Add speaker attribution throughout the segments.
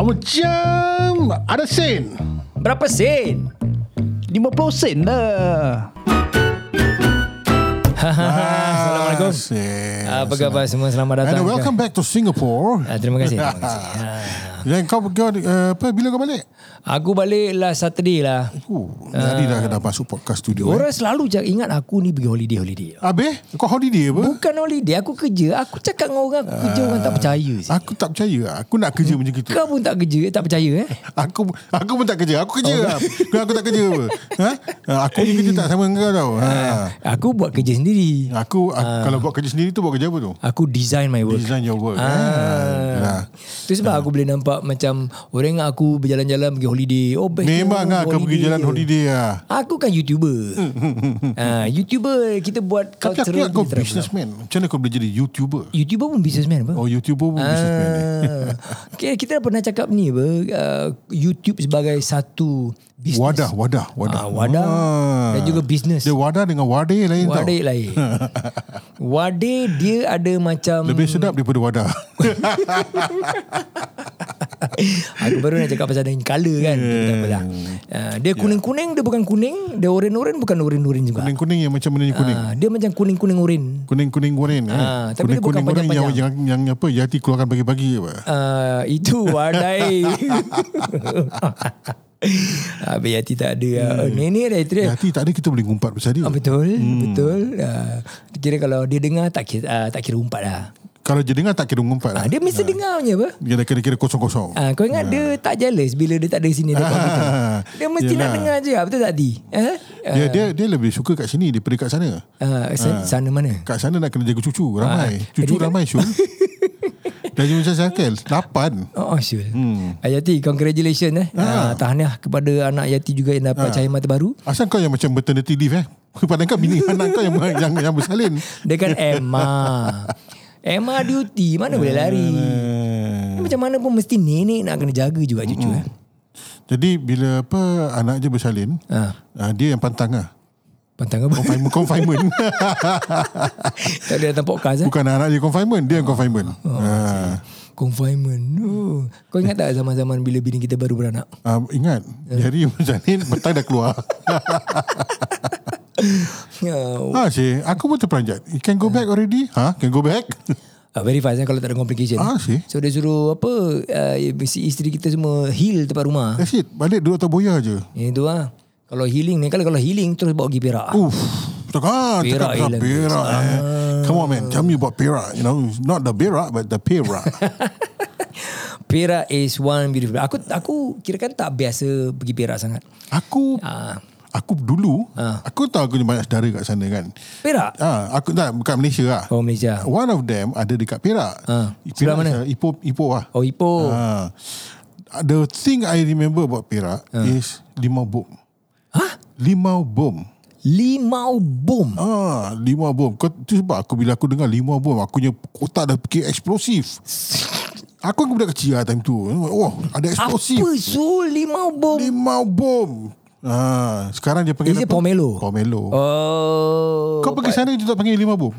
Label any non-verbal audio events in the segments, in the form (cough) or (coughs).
Speaker 1: Macam ada sen.
Speaker 2: Berapa sen?
Speaker 3: 50 sen lah
Speaker 2: Ah, Assalamualaikum. Ah,
Speaker 1: Sen.
Speaker 2: (laughs) Apa khabar semua? Selamat
Speaker 1: Ah, And
Speaker 2: datang.
Speaker 1: welcome back to Singapore.
Speaker 2: Ah, terima kasih. Terima
Speaker 1: (laughs)
Speaker 2: kasih. Ah.
Speaker 1: Dan kau kau uh, apa bila kau balik?
Speaker 2: Aku balik last Saturday lah.
Speaker 1: Oh, jadi dah dah masuk podcast studio. Eh.
Speaker 2: Orang selalu jak, ingat aku ni pergi holiday-holiday.
Speaker 1: Abeh, kau holiday apa?
Speaker 2: Bukan holiday, aku kerja. Aku cakap dengan orang aku kerja, orang tak percaya. sih.
Speaker 1: Ah, Aku tak percaya lah. Aku nak kerja macam gitu.
Speaker 2: Kau pun tak kerja, tak percaya eh?
Speaker 1: Aku aku pun tak kerja. Aku kerja
Speaker 2: Oh.
Speaker 1: lah. Kau aku tak kerja
Speaker 2: (laughs)
Speaker 1: apa? Ha? Ha, Aku ni kerja tak sama dengan kau tau. Ha.
Speaker 2: Ah. Aku buat kerja sendiri.
Speaker 1: Aku, aku kalau buat kerja sendiri tu buat kerja apa tu?
Speaker 2: Aku design my Ah. work.
Speaker 1: Design your work. kan? Ah.
Speaker 2: Ah. Itu sebab aku boleh nampak macam orang ingat aku berjalan-jalan pergi holiday. Oh, best
Speaker 1: Memang
Speaker 2: tu,
Speaker 1: lah kau pergi jalan holiday lah.
Speaker 2: Aku kan
Speaker 1: (laughs)
Speaker 2: YouTuber. ah, YouTuber kita buat
Speaker 1: Tapi aku
Speaker 2: cultural
Speaker 1: ingat kau
Speaker 2: difference.
Speaker 1: businessman. Macam mana kau boleh jadi YouTuber?
Speaker 2: YouTuber pun businessman apa?
Speaker 1: Oh, YouTuber pun businessman. eh?
Speaker 2: Ah, (laughs) okay, kita dah pernah cakap ni apa uh, YouTube sebagai satu bisnes.
Speaker 1: Wadah, wadah, wadah. Ah.
Speaker 2: Ah, wadah dan juga bisnes.
Speaker 1: Dia wadah dengan wadai lain tau.
Speaker 2: Wadah
Speaker 1: (laughs)
Speaker 2: lain. Wadah dia ada macam
Speaker 1: Lebih sedap daripada wadah.
Speaker 2: (laughs) Aku baru nak cakap pasal dengan colour kan yeah. Tak apalah uh, Dia kuning-kuning Dia bukan kuning Dia oren-oren Bukan oren-oren juga
Speaker 1: Kuning-kuning yang macam mana kuning.
Speaker 2: Ah, Dia macam kuning-kuning oren
Speaker 1: Kuning-kuning goreng. eh.
Speaker 2: Ah, tapi dia bukan
Speaker 1: Kuning-kuning goreng yang, yang, yang apa, Yati keluarkan pagi-pagi apa.
Speaker 2: uh, Itu (laughs) wadai Ah, Habis hati tak ada hmm. Ni ni ada itu dia
Speaker 1: Yati tak ada kita boleh ngumpat pasal dia.
Speaker 2: Ah, betul, hmm. betul. Uh, kira kalau dia dengar tak kira, uh, tak kira umpat lah.
Speaker 1: Kalau dia dengar tak kira ngumpat lah.
Speaker 2: Ah, dia mesti dengar punya apa?
Speaker 1: Dia dah kira-kira kosong-kosong.
Speaker 2: Ah, kau ingat dia tak jealous bila dia tak ada sini dia buat begitu. (laughs)
Speaker 1: (laughs)
Speaker 2: Dia mesti nak
Speaker 1: Yelah.
Speaker 2: dengar je lah, betul tak Di? Ha?
Speaker 1: Dia, dia dia lebih suka kat sini daripada kat sana.
Speaker 2: Ah, sa- sana mana?
Speaker 1: Kat sana nak kena jaga cucu
Speaker 2: Ah.
Speaker 1: ramai. Cucu ramai
Speaker 2: (laughs)
Speaker 1: Syul. Dah jadi macam Syakil. Lapan.
Speaker 2: Oh, oh Syul. Hmm. Yati, congratulations eh. Ah. tahniah kepada anak Yati juga yang dapat cahaya mata baru.
Speaker 1: Asal kau yang macam maternity leave eh? (laughs) Kepada kau bini anak kau yang (laughs) yang, yang bersalin.
Speaker 2: Dia kan
Speaker 1: (laughs)
Speaker 2: Emma. Emma duty, mana boleh lari. Kan
Speaker 1: Eh,
Speaker 2: Macam mana pun mesti nenek nak kena jaga juga cucu eh.
Speaker 1: Jadi bila apa anak je bersalin,
Speaker 2: Ah.
Speaker 1: ah, dia yang pantang lah.
Speaker 2: Pantang apa?
Speaker 1: Confinement, (laughs) confignment.
Speaker 2: tak ada datang podcast eh.
Speaker 1: Bukan anak je confinement, dia yang confinement.
Speaker 2: Oh,
Speaker 1: Ah.
Speaker 2: Confinement. Oh. Kau ingat tak zaman-zaman bila bini kita baru beranak?
Speaker 1: Ah, ingat, hari bersalin, (laughs) petang dah keluar.
Speaker 2: Oh.
Speaker 1: ah, si, aku pun terperanjat. You can go back already? Ha? Can go back?
Speaker 2: Uh, very fast eh, kalau tak ada complication.
Speaker 1: ah, si.
Speaker 2: So dia suruh apa uh, si isteri kita semua heal tempat rumah.
Speaker 1: That's it. Balik duduk atas boya je.
Speaker 2: Itu lah. Kalau healing ni kalau kalau healing terus bawa pergi Perak.
Speaker 1: Uff. Cakap,
Speaker 2: Perak
Speaker 1: cakap pasal
Speaker 2: hilang.
Speaker 1: perak. Eh. Come on man, tell me about perak. You know, not the berak, but the perak.
Speaker 2: (laughs) Perak is one beautiful. Aku aku kira kan tak biasa pergi Perak sangat.
Speaker 1: aku,
Speaker 2: Ah,
Speaker 1: aku dulu,
Speaker 2: Ha.
Speaker 1: aku tahu aku punya banyak saudara kat sana kan.
Speaker 2: Perak.
Speaker 1: Ah, aku tak, bukan Malaysia lah.
Speaker 2: Oh Malaysia.
Speaker 1: One of them ada dekat Perak.
Speaker 2: Ah.
Speaker 1: Perak
Speaker 2: Sebelah mana?
Speaker 1: is, uh, Ipoh, Ipoh lah.
Speaker 2: Oh Ipoh.
Speaker 1: Ah. The thing I remember about Perak
Speaker 2: Ha.
Speaker 1: is limau bom.
Speaker 2: Hah?
Speaker 1: Limau bom.
Speaker 2: Limau bom.
Speaker 1: Ah, limau bom. Kau tu sebab aku bila aku dengar limau bom, aku punya otak dah fikir eksplosif. Aku kan budak kecil lah time tu. Oh, ada eksplosif.
Speaker 2: Apa so limau bom?
Speaker 1: Limau bom. Ah, sekarang dia panggil
Speaker 2: Is it
Speaker 1: apa?
Speaker 2: pomelo?
Speaker 1: Pomelo.
Speaker 2: Oh.
Speaker 1: Oh. Kau pergi sana dia tak panggil limau bom.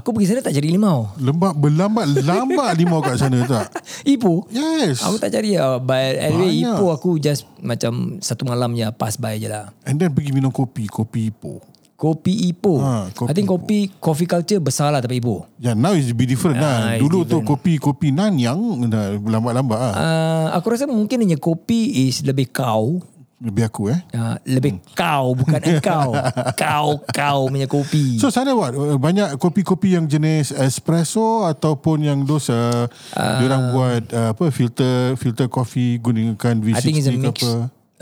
Speaker 2: Aku pergi sana tak cari limau.
Speaker 1: Lembab berlambat
Speaker 2: (laughs)
Speaker 1: lambat limau kat sana tak?
Speaker 2: Ipoh.
Speaker 1: Yes.
Speaker 2: Aku tak cari lah. But anyway,
Speaker 1: Banyak.
Speaker 2: Ipoh aku just macam satu malam ya pass by je lah.
Speaker 1: And then pergi minum kopi, kopi Ipoh.
Speaker 2: Kopi Ipoh.
Speaker 1: Ha,
Speaker 2: I
Speaker 1: kopi
Speaker 2: think kopi, coffee culture besar lah tempat Ipoh.
Speaker 1: Yeah, now is be different
Speaker 2: Ah,
Speaker 1: lah.
Speaker 2: it's
Speaker 1: Dulu tu kopi-kopi nanyang dah lambat-lambat lah.
Speaker 2: Uh, aku rasa mungkin hanya kopi is lebih kau.
Speaker 1: Lebih aku eh.
Speaker 2: Uh, lebih kau
Speaker 1: (laughs)
Speaker 2: bukan engkau. kau kau punya kopi.
Speaker 1: So sana what? Uh, Banyak kopi-kopi yang jenis espresso ataupun yang dos uh,
Speaker 2: Ah.
Speaker 1: diorang buat uh, apa filter filter kopi gunakan V60
Speaker 2: I think it's a
Speaker 1: ke
Speaker 2: mix.
Speaker 1: apa.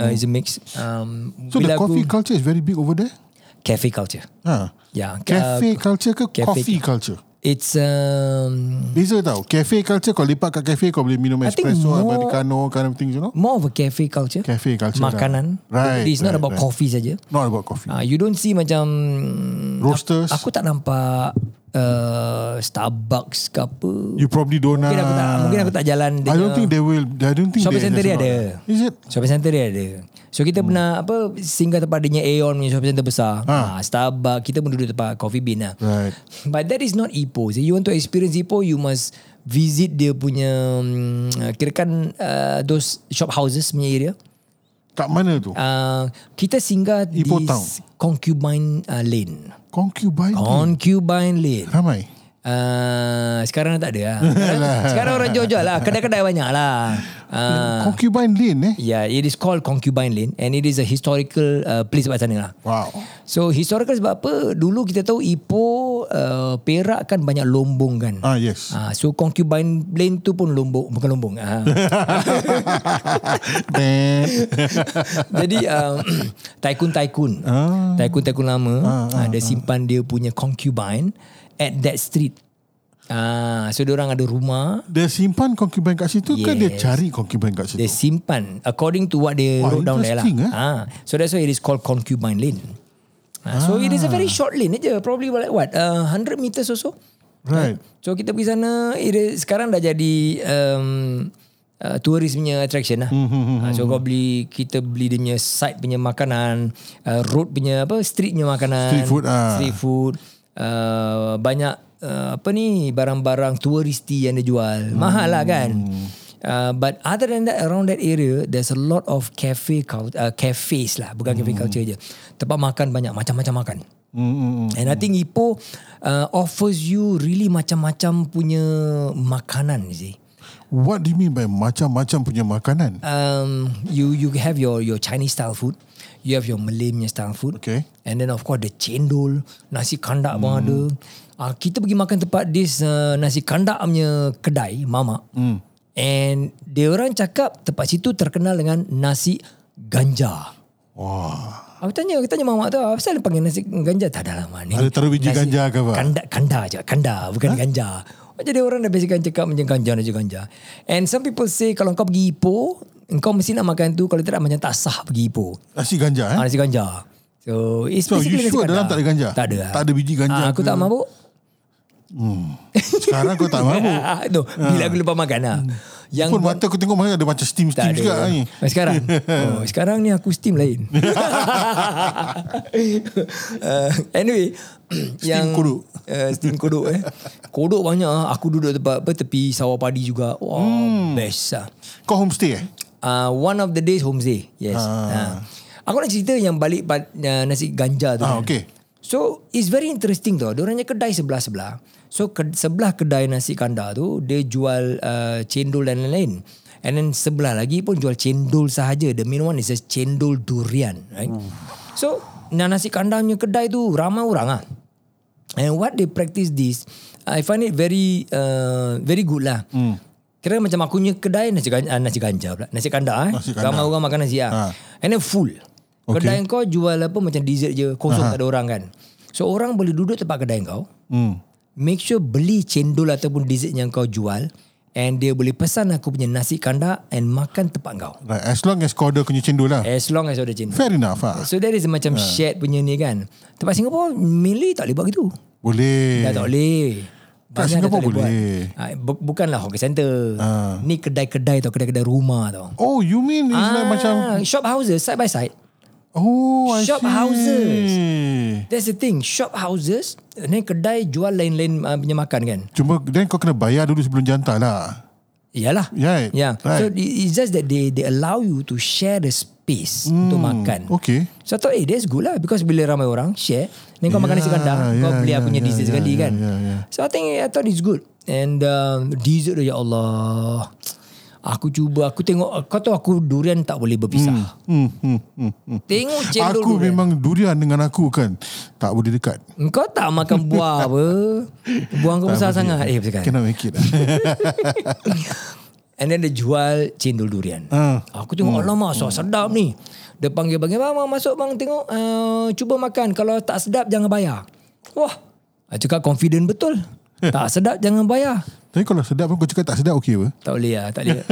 Speaker 2: Uh, it's a mix. Um,
Speaker 1: So the coffee culture is very big over there?
Speaker 2: cafe culture.
Speaker 1: Ha.
Speaker 2: Yeah.
Speaker 1: Cafe
Speaker 2: Uh,
Speaker 1: culture ke
Speaker 2: cafe-
Speaker 1: coffee culture?
Speaker 2: it's um,
Speaker 1: Beza tau. Cafe culture kau lepak kat cafe kau boleh minum
Speaker 2: I think
Speaker 1: espresso,
Speaker 2: more-
Speaker 1: americano kind of things you know.
Speaker 2: more of a cafe culture.
Speaker 1: Cafe culture.
Speaker 2: Makanan.
Speaker 1: Right.
Speaker 2: It's not
Speaker 1: right,
Speaker 2: about
Speaker 1: right.
Speaker 2: coffee saja.
Speaker 1: Not about coffee.
Speaker 2: Uh, you don't see macam
Speaker 1: Roasters.
Speaker 2: aku tak nampak uh, Starbucks ke apa.
Speaker 1: You probably don't ah.
Speaker 2: Mungkin aku tak mungkin aku tak jalan
Speaker 1: I don't think they will I don't think
Speaker 2: Shopping
Speaker 1: they-
Speaker 2: centre dia
Speaker 1: that's
Speaker 2: ada.
Speaker 1: not- Is it?
Speaker 2: Shopping center dia ada. So kita hmm. pernah apa singgah tempat adanya Aeon punya shopping center besar.
Speaker 1: Ah.
Speaker 2: Ha. Starbucks kita pun duduk tempat Coffee Bean lah.
Speaker 1: Right
Speaker 2: But that is not Ipoh. So you want to experience Ipoh you must visit dia punya mm, kirakan uh, those shop houses punya area.
Speaker 1: Kat mana tu?
Speaker 2: Uh, kita singgah
Speaker 1: Ipoh
Speaker 2: di
Speaker 1: Town.
Speaker 2: Concubine uh, Lane.
Speaker 1: Concubine.
Speaker 2: Concubine Lane.
Speaker 1: Ramai.
Speaker 2: Uh, sekarang dah tak
Speaker 1: (laughs)
Speaker 2: ada lah. Sekarang- Sekarang orang jual-jual lah. Kedai-kedai banyak lah. Uh,
Speaker 1: Concubine Lane eh.
Speaker 2: yeah, it is called Concubine Lane and it is a historical uh, place kat sana lah.
Speaker 1: Wow.
Speaker 2: So historical sebab apa? Dulu kita tahu Ipoh, uh, Perak kan banyak lombong kan.
Speaker 1: Ah (laughs) yes.
Speaker 2: Ah, so concubine lane tu pun lombong bukan lombong. (laughs) Ah.
Speaker 1: Eh,
Speaker 2: Jadi um, (clears throat) tycoon-tycoon. Tycoon-tycoon lama ah, dia simpan dia punya concubine at that street. Ah, so dia orang ada rumah,
Speaker 1: dia simpan concubine kat situ ke dia cari concubine kat situ?
Speaker 2: dia simpan according to what they
Speaker 1: Wah,
Speaker 2: wrote down there lah.
Speaker 1: interesting, eh?
Speaker 2: Ah, so that's why it is called concubine lane. Ah, so it is a very short lane aja, probably like what? Uh, 100 meters or so.
Speaker 1: Right.
Speaker 2: So kita pergi sana it is, Sekarang dah jadi um, uh, Tourist punya attraction lah
Speaker 1: Hmm,
Speaker 2: mm-hmm. So kau beli Kita beli dia punya Side punya makanan uh, Road punya apa Street punya makanan
Speaker 1: Street food, ah.
Speaker 2: Street food uh, Banyak uh, Apa ni Barang-barang touristy yang dia jual Mahal lah kan Uh, but other than that around that area there's a lot of cafe cult- uh, cafes lah bukan cafe culture je tempat makan banyak macam-macam makan
Speaker 1: Mm, mm, mm.
Speaker 2: And I think Ipoh uh, offers you really macam-macam punya makanan you see.
Speaker 1: What do you mean by macam-macam punya makanan?
Speaker 2: Um, you you have your your Chinese style food, you have your Malay punya style food.
Speaker 1: Okay.
Speaker 2: And then of course the cendol, nasi kandak pun ada. Uh, kita pergi makan tempat this uh, nasi kandak punya kedai, Mama. Mm. And dia orang cakap tempat situ terkenal dengan nasi ganja.
Speaker 1: Wah.
Speaker 2: Aku tanya, aku tanya mamak tu, apa pasal dia panggil nasi ganja? Tak ada lah mak ni.
Speaker 1: Ada taruh biji
Speaker 2: Nasi-
Speaker 1: ganja ke apa?
Speaker 2: Kanda, kanda je, kanda, bukan ganja. Jadi orang dah biasakan cakap macam ganja, macam ganja. And some people say, kalau kau pergi Ipoh, kau mesti nak makan tu, kalau tidak macam tak sah pergi Ipoh.
Speaker 1: Nasi ganja eh?
Speaker 2: Ha, nasi ganja. So, it's
Speaker 1: So, you
Speaker 2: basically nasi
Speaker 1: sure
Speaker 2: kandar.
Speaker 1: dalam tak ada ganja?
Speaker 2: Tak ada.
Speaker 1: Tak ada biji ganja
Speaker 2: Ah, aku
Speaker 1: ke?
Speaker 2: tak mabuk.
Speaker 1: Sekarang kau tak Hmm. mampu.
Speaker 2: (laughs) Ah, no, bila aku lupa makan lah. Yang
Speaker 1: Pun
Speaker 2: buat-
Speaker 1: mata aku tengok mana ada macam steam-steam
Speaker 2: tak
Speaker 1: juga ni.
Speaker 2: Ah,
Speaker 1: (laughs)
Speaker 2: Sekarang oh, Sekarang ni aku steam lain uh, Anyway Steam
Speaker 1: kodok.
Speaker 2: uh, Steam kodok eh Kodok banyak ah. Aku duduk tempat apa, Tepi sawah padi juga Wah hmm. best lah
Speaker 1: Kau homestay eh?
Speaker 2: uh, One of the days homestay Yes uh. Aku nak cerita yang balik pad- uh, Nasi ganja tu
Speaker 1: Ah,
Speaker 2: kan.
Speaker 1: okay.
Speaker 2: So it's very interesting tau Diorangnya kedai sebelah-sebelah So ke, sebelah kedai nasi kandar tu Dia jual uh, cendol dan lain-lain And then sebelah lagi pun jual cendol sahaja The main one is a cendol durian right? So nah, nasi kandar punya kedai tu ramai orang ah. And what they practice this I find it very uh, Very good lah
Speaker 1: Hmm.
Speaker 2: mm. Kira macam aku punya kedai Nasi ganja, nasi ganja pula Nasi kandar eh
Speaker 1: Nasi kandar.
Speaker 2: Ramai orang makan nasi
Speaker 1: Ha.
Speaker 2: ah. And then full
Speaker 1: Okay.
Speaker 2: Kedai kau jual apa Macam dessert je Kosong tak ada orang kan So orang boleh duduk tempat kedai kau
Speaker 1: Hmm.
Speaker 2: Make sure beli cendol Ataupun dessert yang kau jual And dia boleh pesan aku punya nasi kandar And makan tempat kau
Speaker 1: Right. As long as kau ada kena cendol lah.
Speaker 2: As long as ada cendol
Speaker 1: Fair enough lah.
Speaker 2: So that is macam shared punya ni kan Tempat Singapura Mainly tak boleh buat gitu
Speaker 1: Boleh.
Speaker 2: Dah tak boleh.
Speaker 1: Kat
Speaker 2: dah
Speaker 1: Eh. Singapore boleh. Ah.
Speaker 2: buat. Ah, bu- bukanlah hawker center. Ni kedai-kedai tau, kedai-kedai rumah tau.
Speaker 1: Oh, you mean it's like
Speaker 2: Ah.
Speaker 1: macam...
Speaker 2: shop houses side by side.
Speaker 1: Oh, I
Speaker 2: Shop
Speaker 1: see.
Speaker 2: houses. That's the thing, shop houses ni kedai jual lain-lain uh, punya makan kan.
Speaker 1: Cuma then kau kena bayar dulu sebelum jantar lah.
Speaker 2: Iyalah.
Speaker 1: Right,
Speaker 2: Yeah. So
Speaker 1: right.
Speaker 2: it- it's just that they they allow you to share the space
Speaker 1: Hmm.
Speaker 2: mm, untuk makan.
Speaker 1: Okay.
Speaker 2: So I thought eh that's good lah Because bila ramai orang share Then kau yeah, makan nasi
Speaker 1: Ya,
Speaker 2: kandar Kau
Speaker 1: yeah,
Speaker 2: beli aku punya
Speaker 1: yeah,
Speaker 2: dessert
Speaker 1: yeah,
Speaker 2: sekali
Speaker 1: yeah,
Speaker 2: kan
Speaker 1: yeah, yeah.
Speaker 2: So I think I thought it's good And um, dessert tu ya Allah Aku cuba Aku tengok Kau tahu aku durian tak boleh berpisah
Speaker 1: Hmm, hmm, hmm, hmm.
Speaker 2: Tengok cendol
Speaker 1: Aku
Speaker 2: durian
Speaker 1: memang durian dengan aku kan. Tak boleh dekat.
Speaker 2: Kau tak makan buah
Speaker 1: (laughs)
Speaker 2: apa Buah kau besar sangat Eh betul kan
Speaker 1: Cannot make it lah.
Speaker 2: And then dia jual cendol durian.
Speaker 1: Ah.
Speaker 2: Aku tengok, alamak, so sedap ni. Dia panggil bang, bang, bang masuk bang, tengok. Uh, cuba makan, kalau tak sedap jangan bayar. Wah, I cakap confident betul. tak sedap jangan bayar.
Speaker 1: (laughs) Tapi kalau sedap pun kau cakap tak sedap okay apa? (laughs)
Speaker 2: Tak boleh lah, tak boleh.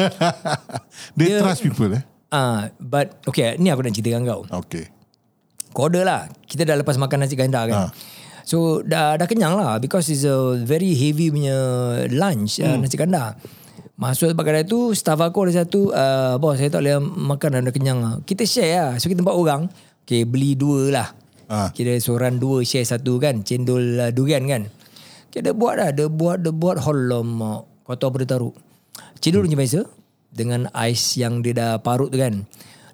Speaker 1: They
Speaker 2: Ya.
Speaker 1: trust people eh.
Speaker 2: Ah, but, okay, ni aku nak cerita dengan kau.
Speaker 1: Okay.
Speaker 2: Kau order lah. Kita dah lepas makan nasi ganda kan. So, dah, dah kenyang lah. Because it's a very heavy punya lunch hmm. uh, nasi ganda. Masuk tempat kedai tu, staff aku ada satu, uh, bos saya tak boleh makan dah, dah kenyang lah. Kita share lah. So, kita empat orang. Okay, beli dua lah.
Speaker 1: Ah.
Speaker 2: Kira seorang dua share satu kan. Cendol uh, durian kan. Okay, dia buat lah. Dia buat, dia buat. Alamak. Kau tahu apa dia taruh? Cendol hmm. biasa dengan ais yang dia dah parut tu kan.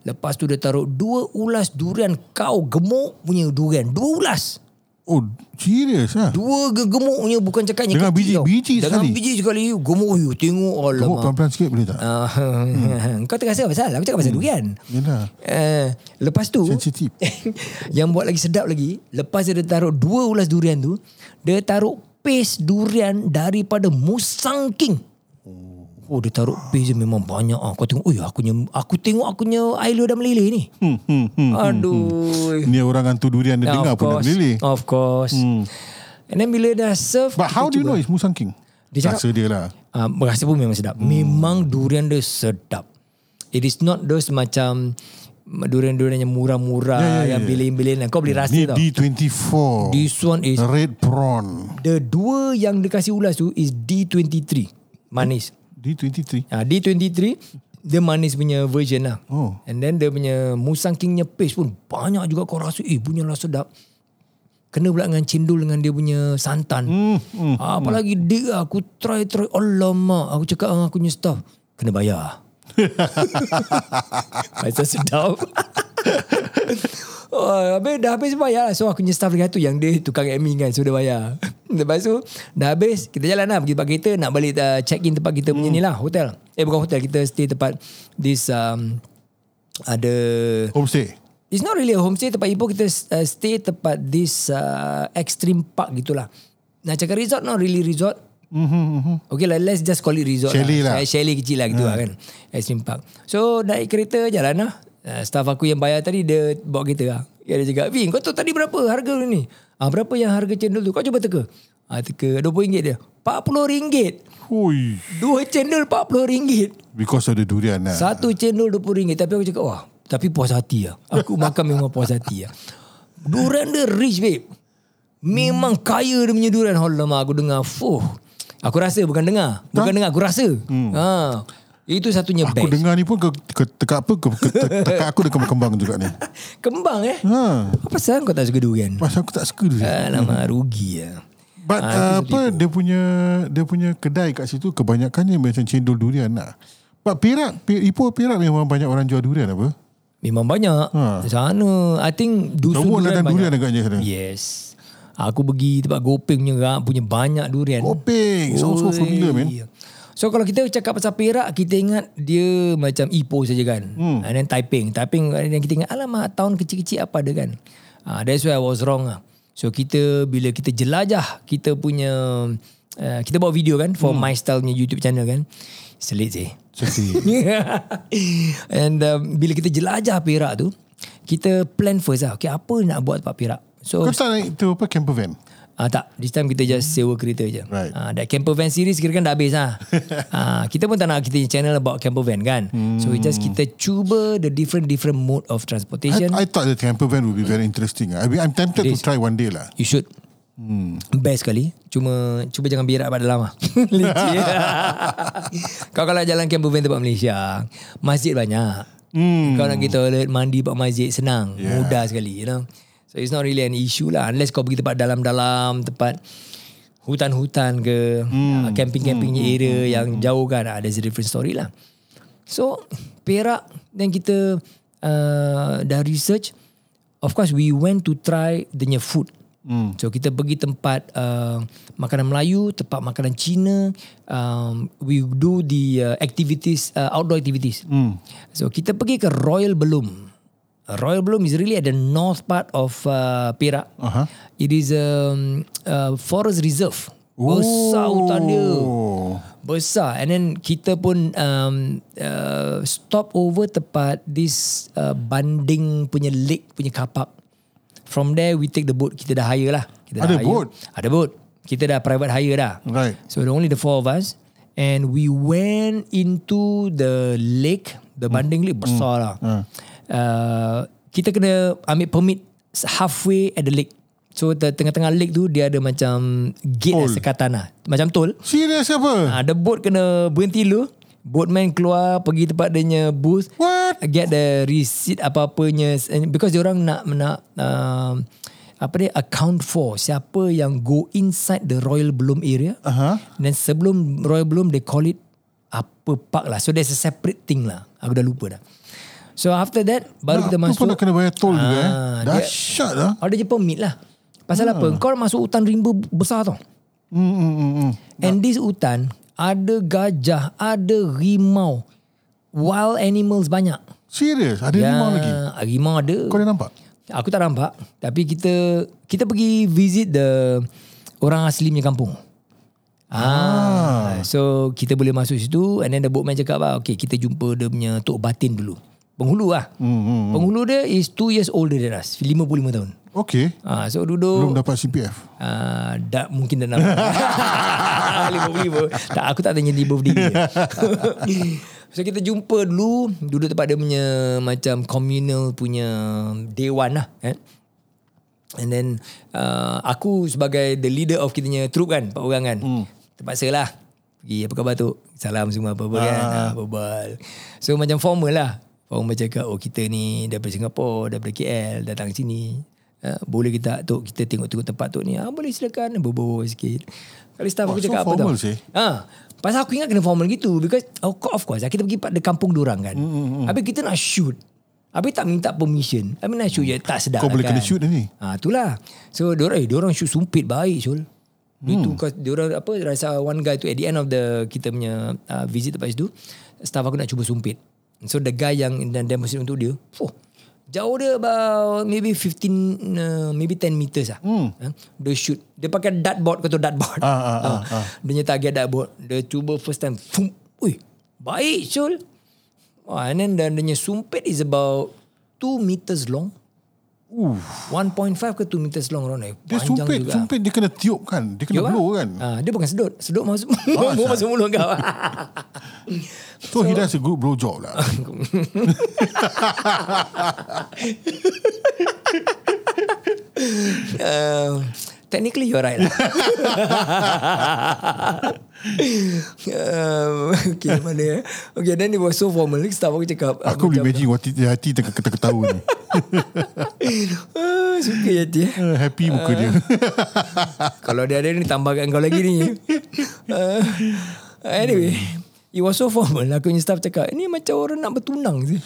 Speaker 2: Lepas tu dia taruh dua ulas durian kau gemuk punya durian. Dua ulas.
Speaker 1: Oh, serius ah.
Speaker 2: Dua ge- gemuk punya bukan cakapnya
Speaker 1: Dengan
Speaker 2: kecil tau.
Speaker 1: biji-biji
Speaker 2: Dengan
Speaker 1: sekali.
Speaker 2: biji sekali. Gemuk you tengok.
Speaker 1: Gemuk
Speaker 2: Alamak.
Speaker 1: pelan-pelan Hmm. sikit boleh tak?
Speaker 2: Ah, (laughs) Kau terasa pasal Aku cakap pasal durian
Speaker 1: Yelah.
Speaker 2: Eh, Lepas tu
Speaker 1: Sensitif.
Speaker 2: (laughs) Yang buat lagi sedap lagi Lepas dia taruh Dua ulas durian tu Dia taruh Paste durian Daripada Musang King Oh dia taruh paste dia memang banyak ah. Kau tengok Oi aku punya Aku tengok aku punya Air dah meleleh ni
Speaker 1: Hmm, hmm, hmm.
Speaker 2: Aduh
Speaker 1: Ni orang hantu durian dia
Speaker 2: Nah,
Speaker 1: dengar
Speaker 2: of
Speaker 1: pun nak
Speaker 2: course. Oh,
Speaker 1: beli.
Speaker 2: Of course. And then bila dah serve,
Speaker 1: But how do you know it's Musang King?
Speaker 2: Dia cakap-
Speaker 1: Rasa dia lah.
Speaker 2: uh, rasa pun memang sedap. Hmm. Memang durian dia sedap. It is not those macam durian-durian yang murah-murah,
Speaker 1: Ya,
Speaker 2: yeah, yeah, yeah. yang bilin-bilin. Kau boleh rasa
Speaker 1: Hmm. Ni
Speaker 2: tau.
Speaker 1: D24.
Speaker 2: This one is,
Speaker 1: Red prawn.
Speaker 2: the dua yang dikasih ulas tu is D23. Manis.
Speaker 1: D23.
Speaker 2: Uh, D23, dia manis punya version lah.
Speaker 1: Oh.
Speaker 2: And then dia punya Musang King punya paste pun banyak juga kau rasa, eh punya lah sedap. Kena pula dengan cendol dengan dia punya santan.
Speaker 1: Hmm, hmm.
Speaker 2: Ah, apa lagi dia aku try try alamak aku cakap dengan aku punya staff kena
Speaker 1: (laughs)
Speaker 2: bayar. Rasa sedap. (laughs) Oh, habis dah habis bayar lah. So aku punya staff lagi tu yang dia tukang admin kan. So dia bayar. (laughs) Lepas tu dah habis kita jalan lah pergi tempat kita nak balik uh, check in tempat kita
Speaker 1: Hmm.
Speaker 2: punya ni lah hotel. Eh bukan hotel kita stay tempat this um, ada
Speaker 1: Homestay.
Speaker 2: It's not really a homestay tempat Ipoh kita uh, stay tempat this uh, extreme park gitulah. Nak cakap resort not really resort.
Speaker 1: Mm-hmm, mm-hmm.
Speaker 2: Okay lah let's just call it resort
Speaker 1: Chalet lah.
Speaker 2: Kayak Chalet kecil lah gitu lah kan. Extreme park. So naik kereta jalan lah. Uh, staff aku yang bayar tadi dia bawa kereta lah. Ya, dia cakap, Vin kau tahu tadi berapa harga ni? Ah, berapa yang harga cendol tu? Kau cuba teka. Ah, teka RM20 dia. RM40.
Speaker 1: Hui.
Speaker 2: Dua cendol RM40.
Speaker 1: Because of the durian lah.
Speaker 2: Ah. Satu cendol RM20 Tapi aku cakap Wah Tapi puas hati lah
Speaker 1: (laughs)
Speaker 2: Aku makan memang puas hati lah Durian dia rich babe
Speaker 1: Hmm.
Speaker 2: Memang kaya dia punya durian Alamak aku dengar Fuh Aku rasa bukan dengar Bukan dengar aku rasa hmm. ha. Itu satunya
Speaker 1: Aku
Speaker 2: best
Speaker 1: dengar ni pun ke, ke, tekak apa ke, ke,
Speaker 2: (laughs)
Speaker 1: te- tekak aku dah kembang juga ni.
Speaker 2: Kembang eh
Speaker 1: Ha.
Speaker 2: Apa pasal kau tak suka durian
Speaker 1: Masa aku tak suka
Speaker 2: Eh,
Speaker 1: durian.
Speaker 2: Alamak rugi lah
Speaker 1: But uh, apa dia punya dia punya kedai kat situ kebanyakannya macam cendol durian lah. But Perak, Pe- Ipoh Perak memang banyak orang jual durian apa?
Speaker 2: Memang banyak
Speaker 1: Ha.
Speaker 2: Sana I think Dusun
Speaker 1: Semua
Speaker 2: durian
Speaker 1: ladang
Speaker 2: banyak
Speaker 1: durian eh, agaknya sana.
Speaker 2: Yes Aku pergi tempat Gopeng punya ra- Punya banyak durian
Speaker 1: Kopeng, sounds so familiar man.
Speaker 2: Yeah. So kalau kita cakap pasal Perak Kita ingat dia macam Ipoh saja kan hmm. And then Taiping Taiping and then kita ingat Alamak town kecil-kecil apa ada kan uh, That's where I was wrong lah So kita bila kita jelajah Kita punya uh, Kita bawa video kan For hmm. My Style punya YouTube channel kan Selit sih (laughs)
Speaker 1: Seperti
Speaker 2: And um, bila kita jelajah Perak tu Kita plan first lah Okay apa nak buat tempat Perak So
Speaker 1: Kau tak naik tu apa camper van?
Speaker 2: Ah tak, this time kita just sewa kereta je.
Speaker 1: Right.
Speaker 2: Ah that camper van series kira kan dah habis ah. ah kita pun tak nak kita punya channel about camper van kan. Hmm. So we just kita cuba the different different mode of transportation. I, I,
Speaker 1: I, I thought the camper van would be very interesting. ah. I mean, I'm tempted to try one day lah.
Speaker 2: you should Hmm. Best sekali Cuma Cuba jangan birak pada lama (laughs) Licin Kau kalau jalan camper van tempat Malaysia Masjid banyak hmm. Kau nak pergi toilet Mandi kat masjid Senang yeah. Mudah sekali You know So it's not really an issue lah Unless kau pergi tempat dalam-dalam Tempat Hutan-hutan ke hmm. Camping-campingnya area Yang jauh kan ah, There's a different story lah So Perak Then kita uh, Dah research Of course we went to try The new food mm. So kita pergi tempat uh, Makanan Melayu Tempat makanan Cina um, We do the uh, activities uh, Outdoor activities mm. So kita pergi ke Royal Belum Royal Belum is really at the north part of uh, Perak.
Speaker 1: Aha.
Speaker 2: It is a um, uh, forest reserve. Besar Oh, hutan dia.
Speaker 1: Oh.
Speaker 2: Besar And then kita pun um, uh, Stop over tempat This uh, Banding punya lake Punya kapak From there we take the boat Kita dah hire lah kita
Speaker 1: Ada
Speaker 2: dah hire.
Speaker 1: boat?
Speaker 2: Ada boat Kita dah private hire dah
Speaker 1: Right.
Speaker 2: So the only the four of us And we went into the lake The
Speaker 1: Hmm.
Speaker 2: Banding Lake Besar lah uh, Kita kena ambil permit Halfway at the lake So the tengah-tengah lake tu Dia ada macam Gate lah, sekatan lah Macam tol
Speaker 1: Serius apa?
Speaker 2: Ah, the boat kena berhenti dulu. Boatman keluar pergi tempat dia punya booth.
Speaker 1: What?
Speaker 2: Get the receipt apa-apanya. And Because dia orang nak, nak um, apa dia account for siapa yang go inside the Royal Bloom area.
Speaker 1: Aha.
Speaker 2: Dan sebelum Royal Bloom they call it apa park lah. So there's a separate thing lah. Aku dah lupa dah. So after that baru kita
Speaker 1: Apa
Speaker 2: masuk.
Speaker 1: pun nak kena bayar tol juga eh.
Speaker 2: Ah, dia-
Speaker 1: Dahsyat lah.
Speaker 2: Ada je permit lah. Pasal
Speaker 1: Ah.
Speaker 2: apa? Kau masuk hutan rimba besar tau.
Speaker 1: Hmm, hmm, hmm, hmm.
Speaker 2: And this hutan ada gajah, ada rimau. Wild animals banyak.
Speaker 1: Serius? Ada
Speaker 2: Ya,
Speaker 1: limau lagi?
Speaker 2: Rimau ada.
Speaker 1: Kau dah nampak?
Speaker 2: Aku tak nampak. Tapi kita kita pergi visit the orang asli punya kampung. Ah. So kita boleh masuk situ and then the boatman cakap lah, okay kita jumpa dia punya Tok Batin dulu. Penghulu lah.
Speaker 1: Hmm, hmm.
Speaker 2: Penghulu dia is 2 years older than us. 55 tahun.
Speaker 1: Okay.
Speaker 2: Ah, so duduk
Speaker 1: Belum dapat CPF.
Speaker 2: Uh, dah mungkin dah nampak. (laughs) Lima puluh lima. Tak, aku tak tanya di birthday dia. (laughs) so kita jumpa dulu, duduk tempat dia punya macam communal punya dewan lah. Eh? And then uh, aku sebagai the leader of kita punya troop kan, empat orang kan. Hmm. Terpaksa lah. Pergi apa khabar tu? Salam semua apa-apa kan. Ah, berbual. So macam formal lah. Formal cakap, oh kita ni daripada Singapura, daripada KL, datang sini. Uh, boleh kita tok kita tengok-tengok tempat tok ni. Ah, boleh silakan berbual sikit. Kali staff aku
Speaker 1: so
Speaker 2: cakap apa tau.
Speaker 1: formal sih.
Speaker 2: Ha. Pasal aku ingat kena formal gitu because of course, of course lah, kita pergi pada kampung dorang kan.
Speaker 1: Hmm,
Speaker 2: Mm, Habis kita nak shoot. Habis tak minta permission. Habis nak shoot je tak sedap
Speaker 1: Kau
Speaker 2: lah
Speaker 1: boleh
Speaker 2: kan.
Speaker 1: kena shoot dah ni.
Speaker 2: Ha, itulah. So diorang, eh, diorang shoot sumpit baik Syul. Hmm. Itu kau- diorang apa rasa one guy tu at the end of the kita punya uh, visit tempat situ. Staff aku nak cuba sumpit. So the guy yang dan demonstrate untuk dia. Oh, jauh dia about maybe 15 uh, maybe 10 meters lah. Hmm. Ha? Dia shoot. Dia pakai dartboard kau tu dartboard.
Speaker 1: Ah, ah,
Speaker 2: Ha. Dia punya target dartboard. Dia cuba first time. Fum. Ui, baik Syul. Wah, Ah, and then dan dia punya sumpit is about 2 meters long.
Speaker 1: Uh,
Speaker 2: 1.5 ke 2 meters long round eh.
Speaker 1: dia sumpit. Sumpit dia kena tiup kan? Dia kena
Speaker 2: Tiup ah.
Speaker 1: blow kan?
Speaker 2: Ah, dia bukan sedut. Sedut masuk oh,
Speaker 1: asal.
Speaker 2: masuk mulut kau.
Speaker 1: So, he does a good blow job
Speaker 2: (laughs)
Speaker 1: lah.
Speaker 2: um, technically you're right lah. um, okay, mana eh? Okay, then it was so formal. Next time aku cakap. ah,
Speaker 1: Aku boleh
Speaker 2: macam-
Speaker 1: imagine hati, hati terketawa-ketawa
Speaker 2: (laughs)
Speaker 1: ni.
Speaker 2: Ah, Suka hati eh.
Speaker 1: Eh, Happy muka dia.
Speaker 2: (laughs) Kalau dia ada ni tambahkan kau lagi ni. Uh, anyway, it was so formal. Aku punya staff cakap, ni macam orang nak bertunang (laughs) je.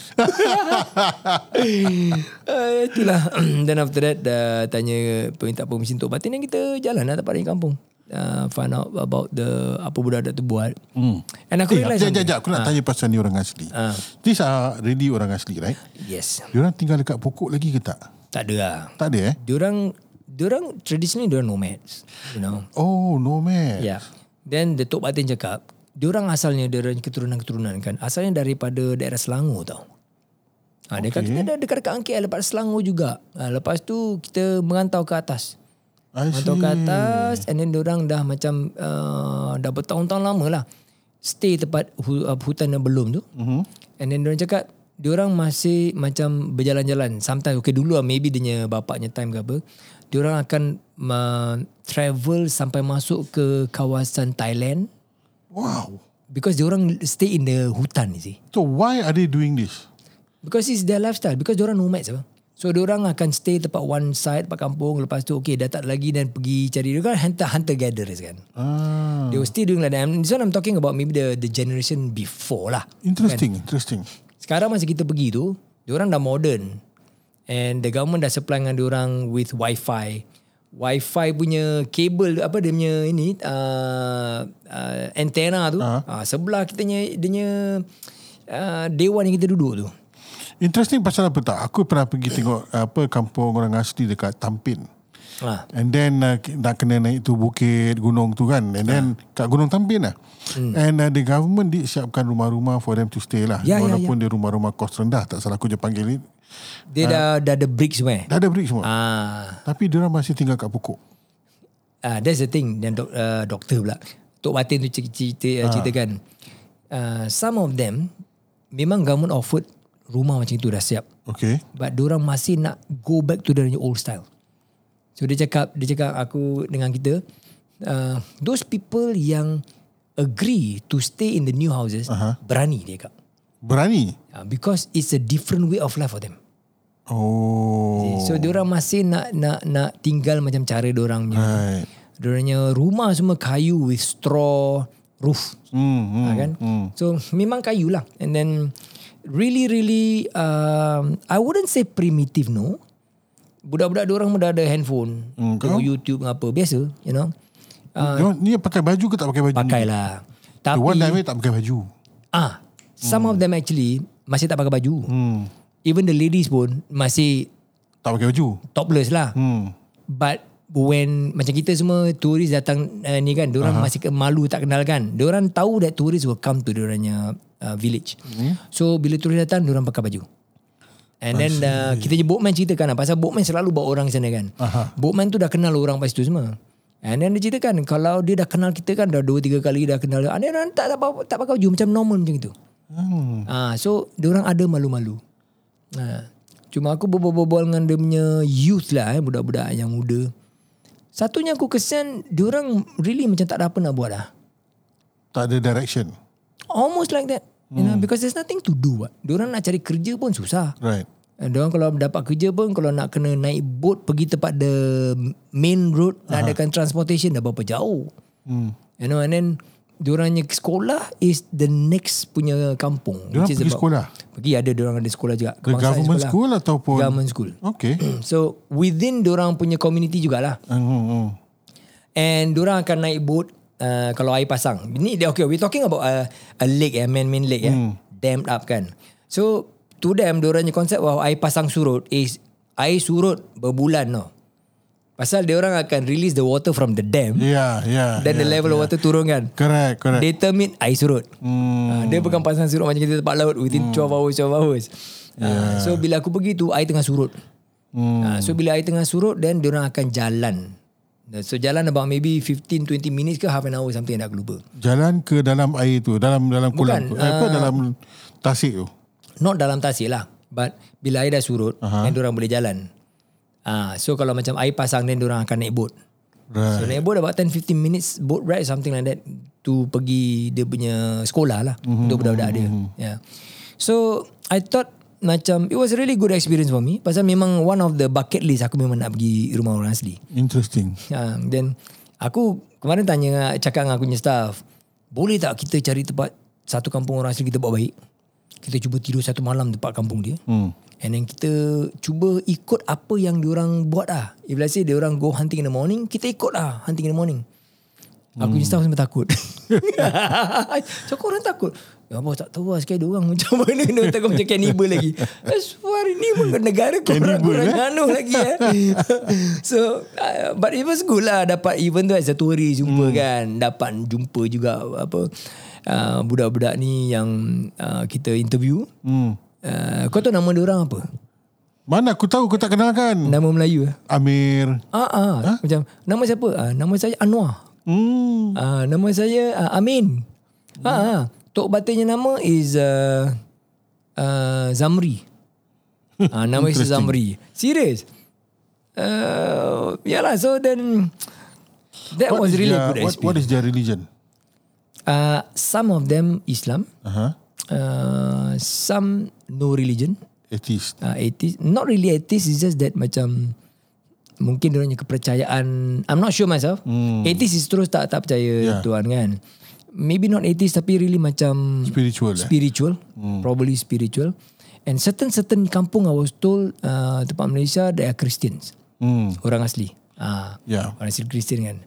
Speaker 2: uh, itulah. (clears throat) Then after that, uh, tanya perminta permission Tok Batin dan kita jalan lah tempat dia kampung. Uh, find out about the apa budak-budak tu buat. Mm. And aku
Speaker 1: Eh,
Speaker 2: realise
Speaker 1: jap, jap,
Speaker 2: something.
Speaker 1: jap. Aku nak tanya pasal ni orang asli.
Speaker 2: Ah.
Speaker 1: These are really orang asli, right?
Speaker 2: Yes.
Speaker 1: Diorang tinggal dekat pokok lagi ke tak?
Speaker 2: Tak ada lah.
Speaker 1: Tak ada eh?
Speaker 2: Diorang, diorang traditionally diorang nomads. You know.
Speaker 1: Oh, no man.
Speaker 2: Yeah. Then the Tok Batin cakap, diorang asalnya dari keturunan-keturunan kan. Asalnya daripada daerah Selangor tau. Ha, okay. Dia kata kita dah dekat-dekat Angkit lepas Selangor juga. Ha, lepas tu kita merantau ke atas.
Speaker 1: I see.
Speaker 2: Merantau ke atas and then diorang dah macam uh, dah bertahun-tahun lama lah. Stay tempat hu, uh, hutan yang belum tu. Mm-hmm. And then diorang cakap, diorang masih macam berjalan-jalan. Sometimes, okay dulu lah maybe dia punya bapaknya time ke apa. Diorang akan uh, travel sampai masuk ke kawasan Thailand.
Speaker 1: Wow.
Speaker 2: Because diorang stay in the hutan you see.
Speaker 1: So, why are they doing this?
Speaker 2: Because it's their lifestyle. Because diorang nomads apa. So diorang akan stay tempat one side, tempat kampung. Lepas tu okay, dah tak lagi dan pergi cari. Diorang hunter, hunter gatherers kan.
Speaker 1: Ah,
Speaker 2: They were still doing like that. And This one I'm talking about maybe the the generation before lah.
Speaker 1: interesting, interesting.
Speaker 2: Sekarang masa kita pergi tu, diorang dah modern. And the government dah supply dengan diorang with wifi. Wifi punya kabel apa dia punya ini uh, uh, antena tu uh-huh. uh, sebelah kita punya dia punya uh, dewan yang kita duduk tu.
Speaker 1: Interesting pasal apa tak? Aku pernah pergi tengok (coughs) apa kampung orang asli dekat Tampin.
Speaker 2: Ha.
Speaker 1: And then uh, nak kena naik tu bukit gunung tu kan. And then
Speaker 2: Ah.
Speaker 1: kat Gunung Tampin lah.
Speaker 2: Hmm.
Speaker 1: And uh, the government did siapkan rumah-rumah for them to stay lah.
Speaker 2: Ya, ya,
Speaker 1: Walaupun dia rumah-rumah kos rendah. Tak salah aku je panggil ni.
Speaker 2: Dia dah dah ada brick semua. eh?
Speaker 1: Dah ada brick semua.
Speaker 2: Ah,
Speaker 1: Tapi dia orang masih tinggal kat pokok.
Speaker 2: ah that's the thing dan dok, uh, doktor pula. Tok Batin tu cerita, cerita ah. ceritakan. Uh, some of them memang government offered rumah macam tu dah siap.
Speaker 1: Okay.
Speaker 2: But diorang masih nak go back to their old style. So dia cakap, dia cakap aku dengan kita, uh, those people yang agree to stay in the new houses, uh-huh. berani dia cakap.
Speaker 1: Berani.
Speaker 2: Uh, because it's a different way of life for them.
Speaker 1: Oh.
Speaker 2: So diorang masih nak nak nak tinggal macam cara diorang punya.
Speaker 1: Right.
Speaker 2: Diorangnya rumah semua kayu with straw roof.
Speaker 1: Hmm. hmm.
Speaker 2: Hmm, kan? So memang kayu lah. And then really really um, I wouldn't say primitive no. Budak-budak diorang dah ada handphone,
Speaker 1: Hmm,
Speaker 2: tengok YouTube apa biasa, you know. Uh,
Speaker 1: Diorang- ni pakai baju ke tak pakai baju? ni?
Speaker 2: pakailah.
Speaker 1: Hmm. The
Speaker 2: Tapi
Speaker 1: one that I made tak pakai baju.
Speaker 2: Ah, some of them actually masih tak pakai baju.
Speaker 1: Hmm.
Speaker 2: Even the ladies pun masih
Speaker 1: Tak pakai baju.
Speaker 2: topless lah.
Speaker 1: Hmm.
Speaker 2: But when macam kita semua turis datang uh, ni kan, diorang uh-huh. masih ke- malu tak kenal kan. Diorang tahu that tourists will come to diorangnya uh, village. Mm-hmm. So bila turis datang, diorang pakai baju. And then uh, kita je boatman ceritakan lah. Pasal boatman selalu bawa orang sana kan. Uh-huh. Boatman tu dah kenal orang kat situ semua. And then dia ceritakan kalau dia dah kenal kita kan dah dua tiga kali dah kenal. Ah, dia orang tak, tak, pakai- tak pakai baju macam normal macam itu.
Speaker 1: Hmm.
Speaker 2: Ah, so orang ada malu-malu. Ah. Cuma aku berbual-bual dengan dia punya youth lah eh, budak-budak yang muda. Satunya aku kesian orang really macam tak ada apa nak buat lah.
Speaker 1: Tak ada direction.
Speaker 2: Almost like that. You
Speaker 1: Hmm.
Speaker 2: know, because there's nothing to do. What. Diorang nak cari kerja pun susah.
Speaker 1: Right.
Speaker 2: And diorang kalau dapat kerja pun kalau nak kena naik boat pergi tempat the main road nak adakan transportation dah berapa jauh.
Speaker 1: Hmm.
Speaker 2: You know and then diorangnya sekolah is the next punya kampung.
Speaker 1: Diorang
Speaker 2: which is
Speaker 1: pergi sekolah?
Speaker 2: Pergi ada diorang ada sekolah juga.
Speaker 1: The
Speaker 2: kebangsaan
Speaker 1: government school ataupun?
Speaker 2: Government school.
Speaker 1: Okay.
Speaker 2: Hmm, So within diorang punya community jugalah.
Speaker 1: Hmm, hmm, hmm.
Speaker 2: And diorang akan naik boat uh, kalau air pasang. Ni dia okay, we talking about a, a lake eh, main main lake eh. Dammed up kan. So to them diorangnya konsep wow air pasang surut is air surut berbulan no. Pasal diorang akan release the water from the dam.
Speaker 1: Yeah, yeah. yeah,
Speaker 2: Then the level
Speaker 1: yeah.
Speaker 2: of water turun
Speaker 1: ya,
Speaker 2: kan.
Speaker 1: Correct, correct.
Speaker 2: They term it air surut.
Speaker 1: Hmm.
Speaker 2: Hmm. Dia bukan pasang surut macam kita tempat laut within 12 hours, 12 hours. Yeah. so bila aku pergi tu air tengah surut. Ah. Hmm. so bila air tengah surut then diorang akan jalan. So jalan about maybe 15 20 minutes ke half an hour something aku lupa.
Speaker 1: Jalan ke dalam air tu, dalam dalam kolam tu.
Speaker 2: Bukan, uh,
Speaker 1: Eh, apa dalam tasik tu?
Speaker 2: Not dalam tasik lah. But bila air dah surut uh-huh. then diorang boleh jalan. Ah, so kalau macam air pasang then diorang akan naik boat.
Speaker 1: Right.
Speaker 2: So naik boat about 10-15 minutes boat ride something like that to pergi dia punya sekolah lah mm-hmm. untuk budak-budak dia. Yeah. So I thought macam it was a really good experience for me pasal memang one of the bucket list aku memang nak pergi rumah orang asli.
Speaker 1: Interesting.
Speaker 2: Ha, then aku kemarin tanya cakap dengan aku punya staff, boleh tak kita cari tempat satu kampung orang asli kita buat baik? Kita cuba tidur satu malam tempat kampung dia. Hmm. And then kita cuba ikut apa yang diorang buat lah. If let's say diorang go hunting in the morning, kita ikut lah hunting in the morning.
Speaker 1: Hmm.
Speaker 2: Aku punya staff semua takut. (laughs) so korang takut? Ya apa tak tahu lah sekali diorang macam (laughs) mana. Dia tak macam cannibal lagi. Suar ini pun negara korang,
Speaker 1: Cannibal,
Speaker 2: korang
Speaker 1: eh?
Speaker 2: anu lagi eh. (laughs) so uh, but it was good lah dapat event tu as a tourist jumpa hmm. kan dapat jumpa juga apa uh, budak-budak ni yang uh, kita interview. Hmm. Uh, kau tahu nama dia orang apa?
Speaker 1: Mana aku tahu kau tak kenal kan?
Speaker 2: Nama Melayu eh?
Speaker 1: Amir.
Speaker 2: Ah ah
Speaker 1: Ha?
Speaker 2: huh? macam nama siapa? Ah nama saya Anwar.
Speaker 1: Hmm.
Speaker 2: Ah nama saya ah, Amin. Ah ah tok batinya nama is uh, uh, Zamri.
Speaker 1: Hmm,
Speaker 2: Ah nama is Zamri. Serious. Uh, yalah so then that
Speaker 1: What
Speaker 2: was
Speaker 1: is
Speaker 2: really
Speaker 1: their,
Speaker 2: a good
Speaker 1: what, what
Speaker 2: experience.
Speaker 1: is their religion?
Speaker 2: Uh, some of them Islam,
Speaker 1: Uh-huh.
Speaker 2: uh, some no religion,
Speaker 1: Atheist.
Speaker 2: uh, atheist. Not really atheist, it's just that macam mungkin dia kepercayaan. I'm not sure myself.
Speaker 1: Hmm.
Speaker 2: Mm. Atheist is terus tak
Speaker 1: Ya.
Speaker 2: tak percaya yeah. Tuhan kan. Maybe not atheist tapi really macam
Speaker 1: Spiritual, eh?
Speaker 2: Spiritual, mm. probably spiritual. And certain certain kampung I was told uh, tempat Malaysia they are Christians,
Speaker 1: Hmm. Ya.
Speaker 2: orang asli. Ah, uh,
Speaker 1: Yeah.
Speaker 2: orang asli Christian kan.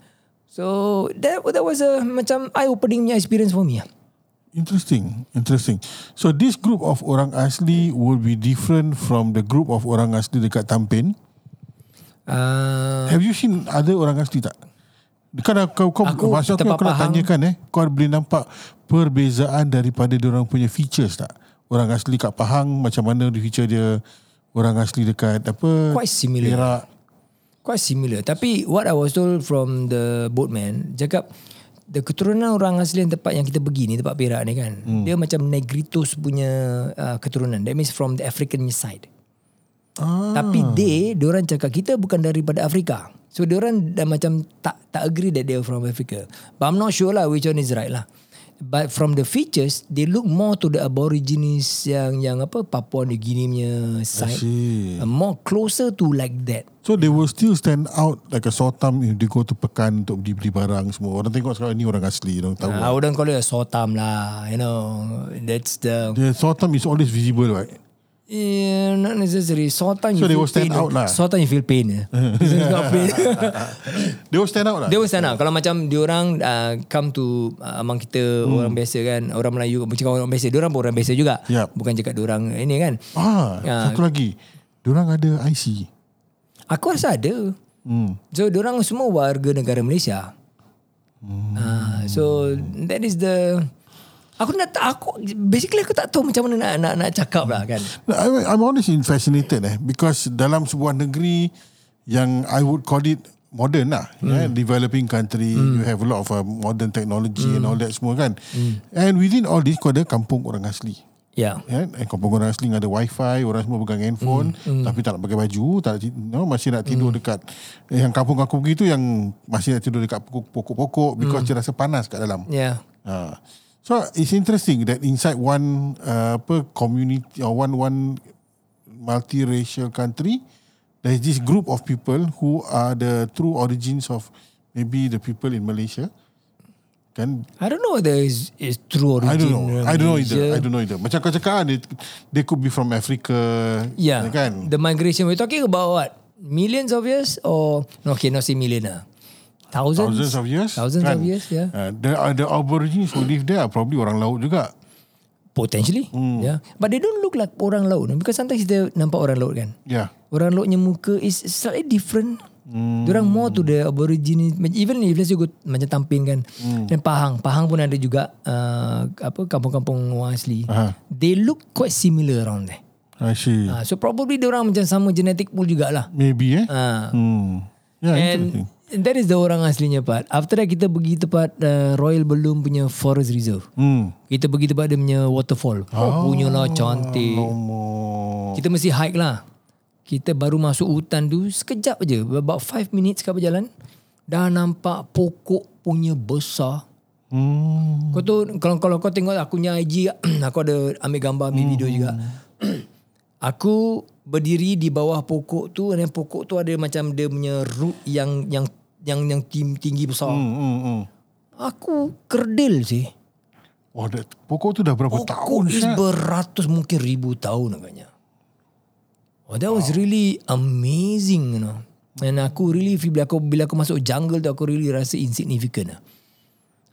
Speaker 2: So that that was a macam eye opening experience for me. ah.
Speaker 1: Interesting, interesting. So this group of orang asli will be different from the group of orang asli dekat Tampin.
Speaker 2: Uh,
Speaker 1: Have you seen ada orang asli tak? Kan kau kau
Speaker 2: Aku
Speaker 1: masa aku,
Speaker 2: tempat
Speaker 1: aku nak
Speaker 2: Pahang.
Speaker 1: tanyakan eh, kau boleh nampak perbezaan daripada orang punya features tak? Orang asli kat Pahang macam mana di feature dia orang asli dekat apa?
Speaker 2: Quite similar.
Speaker 1: Perak.
Speaker 2: Quite similar. Tapi what I was told from the boatman, cakap the keturunan orang asli yang tempat yang kita pergi ni, tempat Perak ni kan, hmm. dia macam Negritos punya uh, keturunan. That means from the African side.
Speaker 1: Ah,
Speaker 2: Tapi they, diorang cakap kita bukan daripada Afrika. So diorang dah macam tak tak agree that they are from Africa. But I'm not sure lah which one is right lah. but from the features they look more to the aborigines yang yang apa Papua New Guinea punya side
Speaker 1: see.
Speaker 2: uh, more closer to like that
Speaker 1: So they will still stand out like a sore thumb if they go to Pekan untuk beli-beli barang semua. Orang tengok sekarang ni orang asli, orang tahu.
Speaker 2: uh, I wouldn't call it a sotam lah you know that's the
Speaker 1: The sore thumb is always visible, (laughs) right?
Speaker 2: Yeah, not necessary. Sotan
Speaker 1: So
Speaker 2: you
Speaker 1: they
Speaker 2: feel
Speaker 1: will stand
Speaker 2: pain.
Speaker 1: out lah.
Speaker 2: Sotan you feel pain.
Speaker 1: (laughs)
Speaker 2: eh. This is not pain. (laughs)
Speaker 1: They will stand out lah.
Speaker 2: Dia pun sana. Kalau macam diorang uh, come to uh, among kita hmm. orang biasa kan, orang Melayu bukan cakap orang biasa, diorang pun orang biasa juga.
Speaker 1: Yup.
Speaker 2: Bukan cakap diorang ini kan.
Speaker 1: Ah,
Speaker 2: Ah.
Speaker 1: satu lagi. Diorang ada IC.
Speaker 2: Aku rasa ada.
Speaker 1: Hmm.
Speaker 2: So diorang semua warga negara Malaysia. Hmm. Uh, so that is the Aku nak aku basically aku tak tahu macam mana nak nak, nak cakap lah kan.
Speaker 1: I, I'm honest in fascinated eh because dalam sebuah negeri yang I would call it modern lah mm. yeah, developing country mm. you have a lot of uh, modern technology mm. and all that semua kan mm. and within all this kau ada kampung orang asli
Speaker 2: Yeah.
Speaker 1: yeah, and kampung orang asli ada wifi orang semua pegang handphone mm. tapi tak nak pakai baju tak nak, ti- no, masih nak tidur mm. dekat eh, yang kampung aku pergi tu yang masih nak tidur dekat pokok- pokok-pokok because mm. dia rasa panas kat dalam
Speaker 2: Yeah.
Speaker 1: Ha. So it's interesting that inside one uh, apa community or one one multiracial country, there's this group of people who are the true origins of maybe the people in Malaysia. Kan?
Speaker 2: I don't know whether is is true origin.
Speaker 1: I don't know. I don't know
Speaker 2: Malaysia.
Speaker 1: either. I don't know either. Macam kau cakap, ah, they, they could be from Africa.
Speaker 2: Yeah.
Speaker 1: Kan?
Speaker 2: The migration. We're talking about what? Millions of years or no, okay, not say million lah. Thousands.
Speaker 1: thousands of years.
Speaker 2: Thousands
Speaker 1: kan?
Speaker 2: of years, yeah.
Speaker 1: Uh, the, uh, the aborigines who live there are probably orang laut juga.
Speaker 2: Potentially.
Speaker 1: Hmm.
Speaker 2: Yeah. But they don't look like orang laut because sometimes kita nampak orang laut kan.
Speaker 1: Yeah.
Speaker 2: Orang lautnya muka is slightly different.
Speaker 1: Hmm.
Speaker 2: Mm. Diorang more to the aborigine even if let's say go macam Tampin kan
Speaker 1: Hmm.
Speaker 2: mm. dan Pahang Pahang pun ada juga uh, apa kampung-kampung orang asli
Speaker 1: Aha.
Speaker 2: they look quite similar around there
Speaker 1: Uh-huh. I see.
Speaker 2: uh, so probably diorang macam sama genetic pool jugalah
Speaker 1: Maybe eh.
Speaker 2: uh,
Speaker 1: Hmm. Yeah, interesting.
Speaker 2: And that is the orang aslinya part. After that kita pergi tempat uh, Royal Belum punya forest reserve.
Speaker 1: Hmm.
Speaker 2: Kita pergi tempat dia punya waterfall. Oh, punya lah cantik.
Speaker 1: Lama.
Speaker 2: Kita mesti hike lah. Kita baru masuk hutan tu sekejap je. About 5 minutes kat berjalan. Dah nampak pokok punya besar.
Speaker 1: Hmm.
Speaker 2: Kau tu kalau kalau kau tengok aku punya IG (clears throat) aku ada ambil gambar ambil video juga. (clears throat) aku berdiri di bawah pokok tu dan pokok tu ada macam dia punya root yang yang yang yang ting- tinggi besar.
Speaker 1: Hmm, hmm, hmm.
Speaker 2: Aku kerdil sih.
Speaker 1: Wah, dah, pokok tu dah berapa tahun
Speaker 2: Pokok is
Speaker 1: Syah?
Speaker 2: Oh, beratus mungkin ribu tahun agaknya. Oh, that was really amazing, you know. And aku really feel bila aku bila aku masuk jungle tu aku really rasa insignificant lah.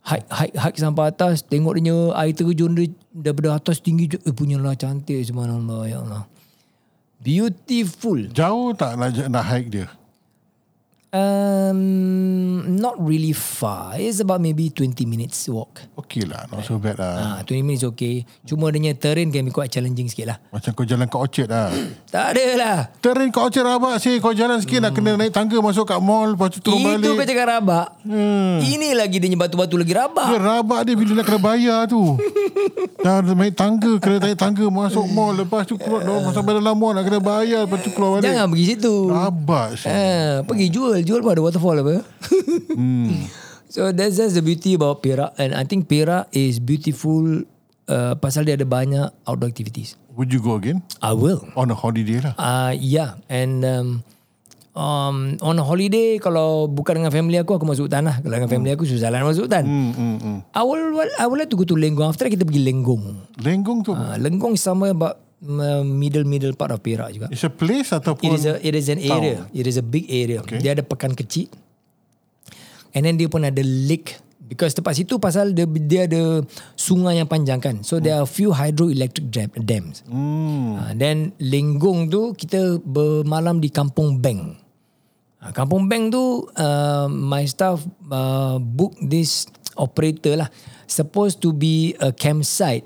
Speaker 2: Hike, hike, hike sampai atas Tengok dia punya air terjun dia Daripada atas tinggi je Eh punya lah cantik Subhanallah Ya Allah Beautiful
Speaker 1: Jauh tak nak, nak hike dia?
Speaker 2: um, Not really far It's about maybe 20 minutes walk
Speaker 1: Okey lah, not so bad lah.
Speaker 2: Ah, 20 minutes okay Cuma dia punya terrain Can be quite challenging sikit lah
Speaker 1: Macam kau jalan kat Orchard lah.
Speaker 2: Tak ada lah
Speaker 1: Terrain kat Orchard rabak sih. Kau jalan sikit nak kena naik tangga masuk kat mall. Lepas tu turun
Speaker 2: Itu kau
Speaker 1: balik.
Speaker 2: cakap rabak.
Speaker 1: Hmm. Ya,
Speaker 2: Ini lagi dia punya batu-batu lagi rabak.
Speaker 1: Dia rabak dia bila nak kena bayar
Speaker 2: (laughs)
Speaker 1: tu. Dah naik tangga, kena naik tangga masuk mall. Lepas tu keluar, uh, sampai dalam mall nak kena bayar. Lepas tu keluar balik.
Speaker 2: Jangan pergi situ.
Speaker 1: Rabak sih.
Speaker 2: Ha, pergi jual. Jual pun ada waterfall apa. (laughs)
Speaker 1: Hmm.
Speaker 2: so that's, that's the beauty about Perak. And I think Perak is beautiful uh, pasal dia ada banyak outdoor activities.
Speaker 1: Would you go again?
Speaker 2: I will.
Speaker 1: On a holiday lah.
Speaker 2: Uh, yeah. And um, um, on a holiday, kalau bukan dengan family aku, aku masuk hutan lah. Kalau dengan family aku, susah lah nak masuk hutan.
Speaker 1: Hmm, hmm, hmm.
Speaker 2: I, will, I would like to go to Lenggong. After that, kita pergi Lenggong.
Speaker 1: Lenggong tu
Speaker 2: Uh, Lenggong is somewhere about uh, middle middle part of Perak juga.
Speaker 1: It's a place
Speaker 2: It
Speaker 1: ataupun
Speaker 2: is a it is an area. It is a big area. Okay. Dia ada pekan kecil. And then dia pun ada lake because tempat situ pasal dia, dia ada sungai yang panjang kan. So hmm. there are few hydroelectric dam, dams.
Speaker 1: hmm,
Speaker 2: Uh, then Lenggong tu kita bermalam di Kampung Beng. Ah, Kampung Beng tu uh, my staff uh, book this operator lah. Supposed to be a campsite.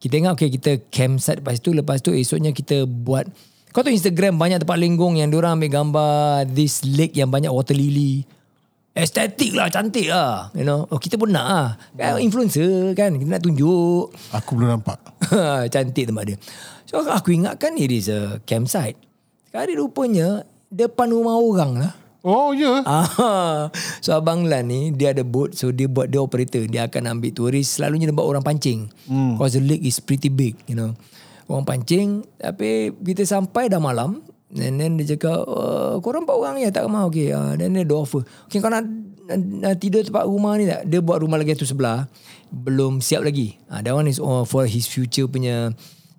Speaker 2: Kita ingat okay kita campsite lepas tu lepas tu esoknya kita buat kau tu Instagram banyak tempat lenggong yang diorang ambil gambar this lake yang banyak water lily. Estetik lah, cantik lah. You know, oh, kita pun nak lah. Kan influencer kan, kita nak tunjuk. (laughs)
Speaker 1: aku belum nampak.
Speaker 2: Cantik tempat dia. So aku- aku ingatkan it is a campsite. Sekali rupanya depan rumah orang lah.
Speaker 1: Oh ya. Yeah.
Speaker 2: Ah, (laughs) so Abang Lan ni dia ada boat so dia buat dia operator dia akan ambil turis selalunya dia buat orang pancing mm. cause the lake is pretty big you know orang pancing tapi kita sampai dah malam and then dia cakap uh, korang empat orang ya tak ramah okay uh, then dia ada offer okay kau nak uh, tidur tempat rumah ni tak dia buat rumah lagi tu sebelah belum siap lagi uh, that one is all for his future punya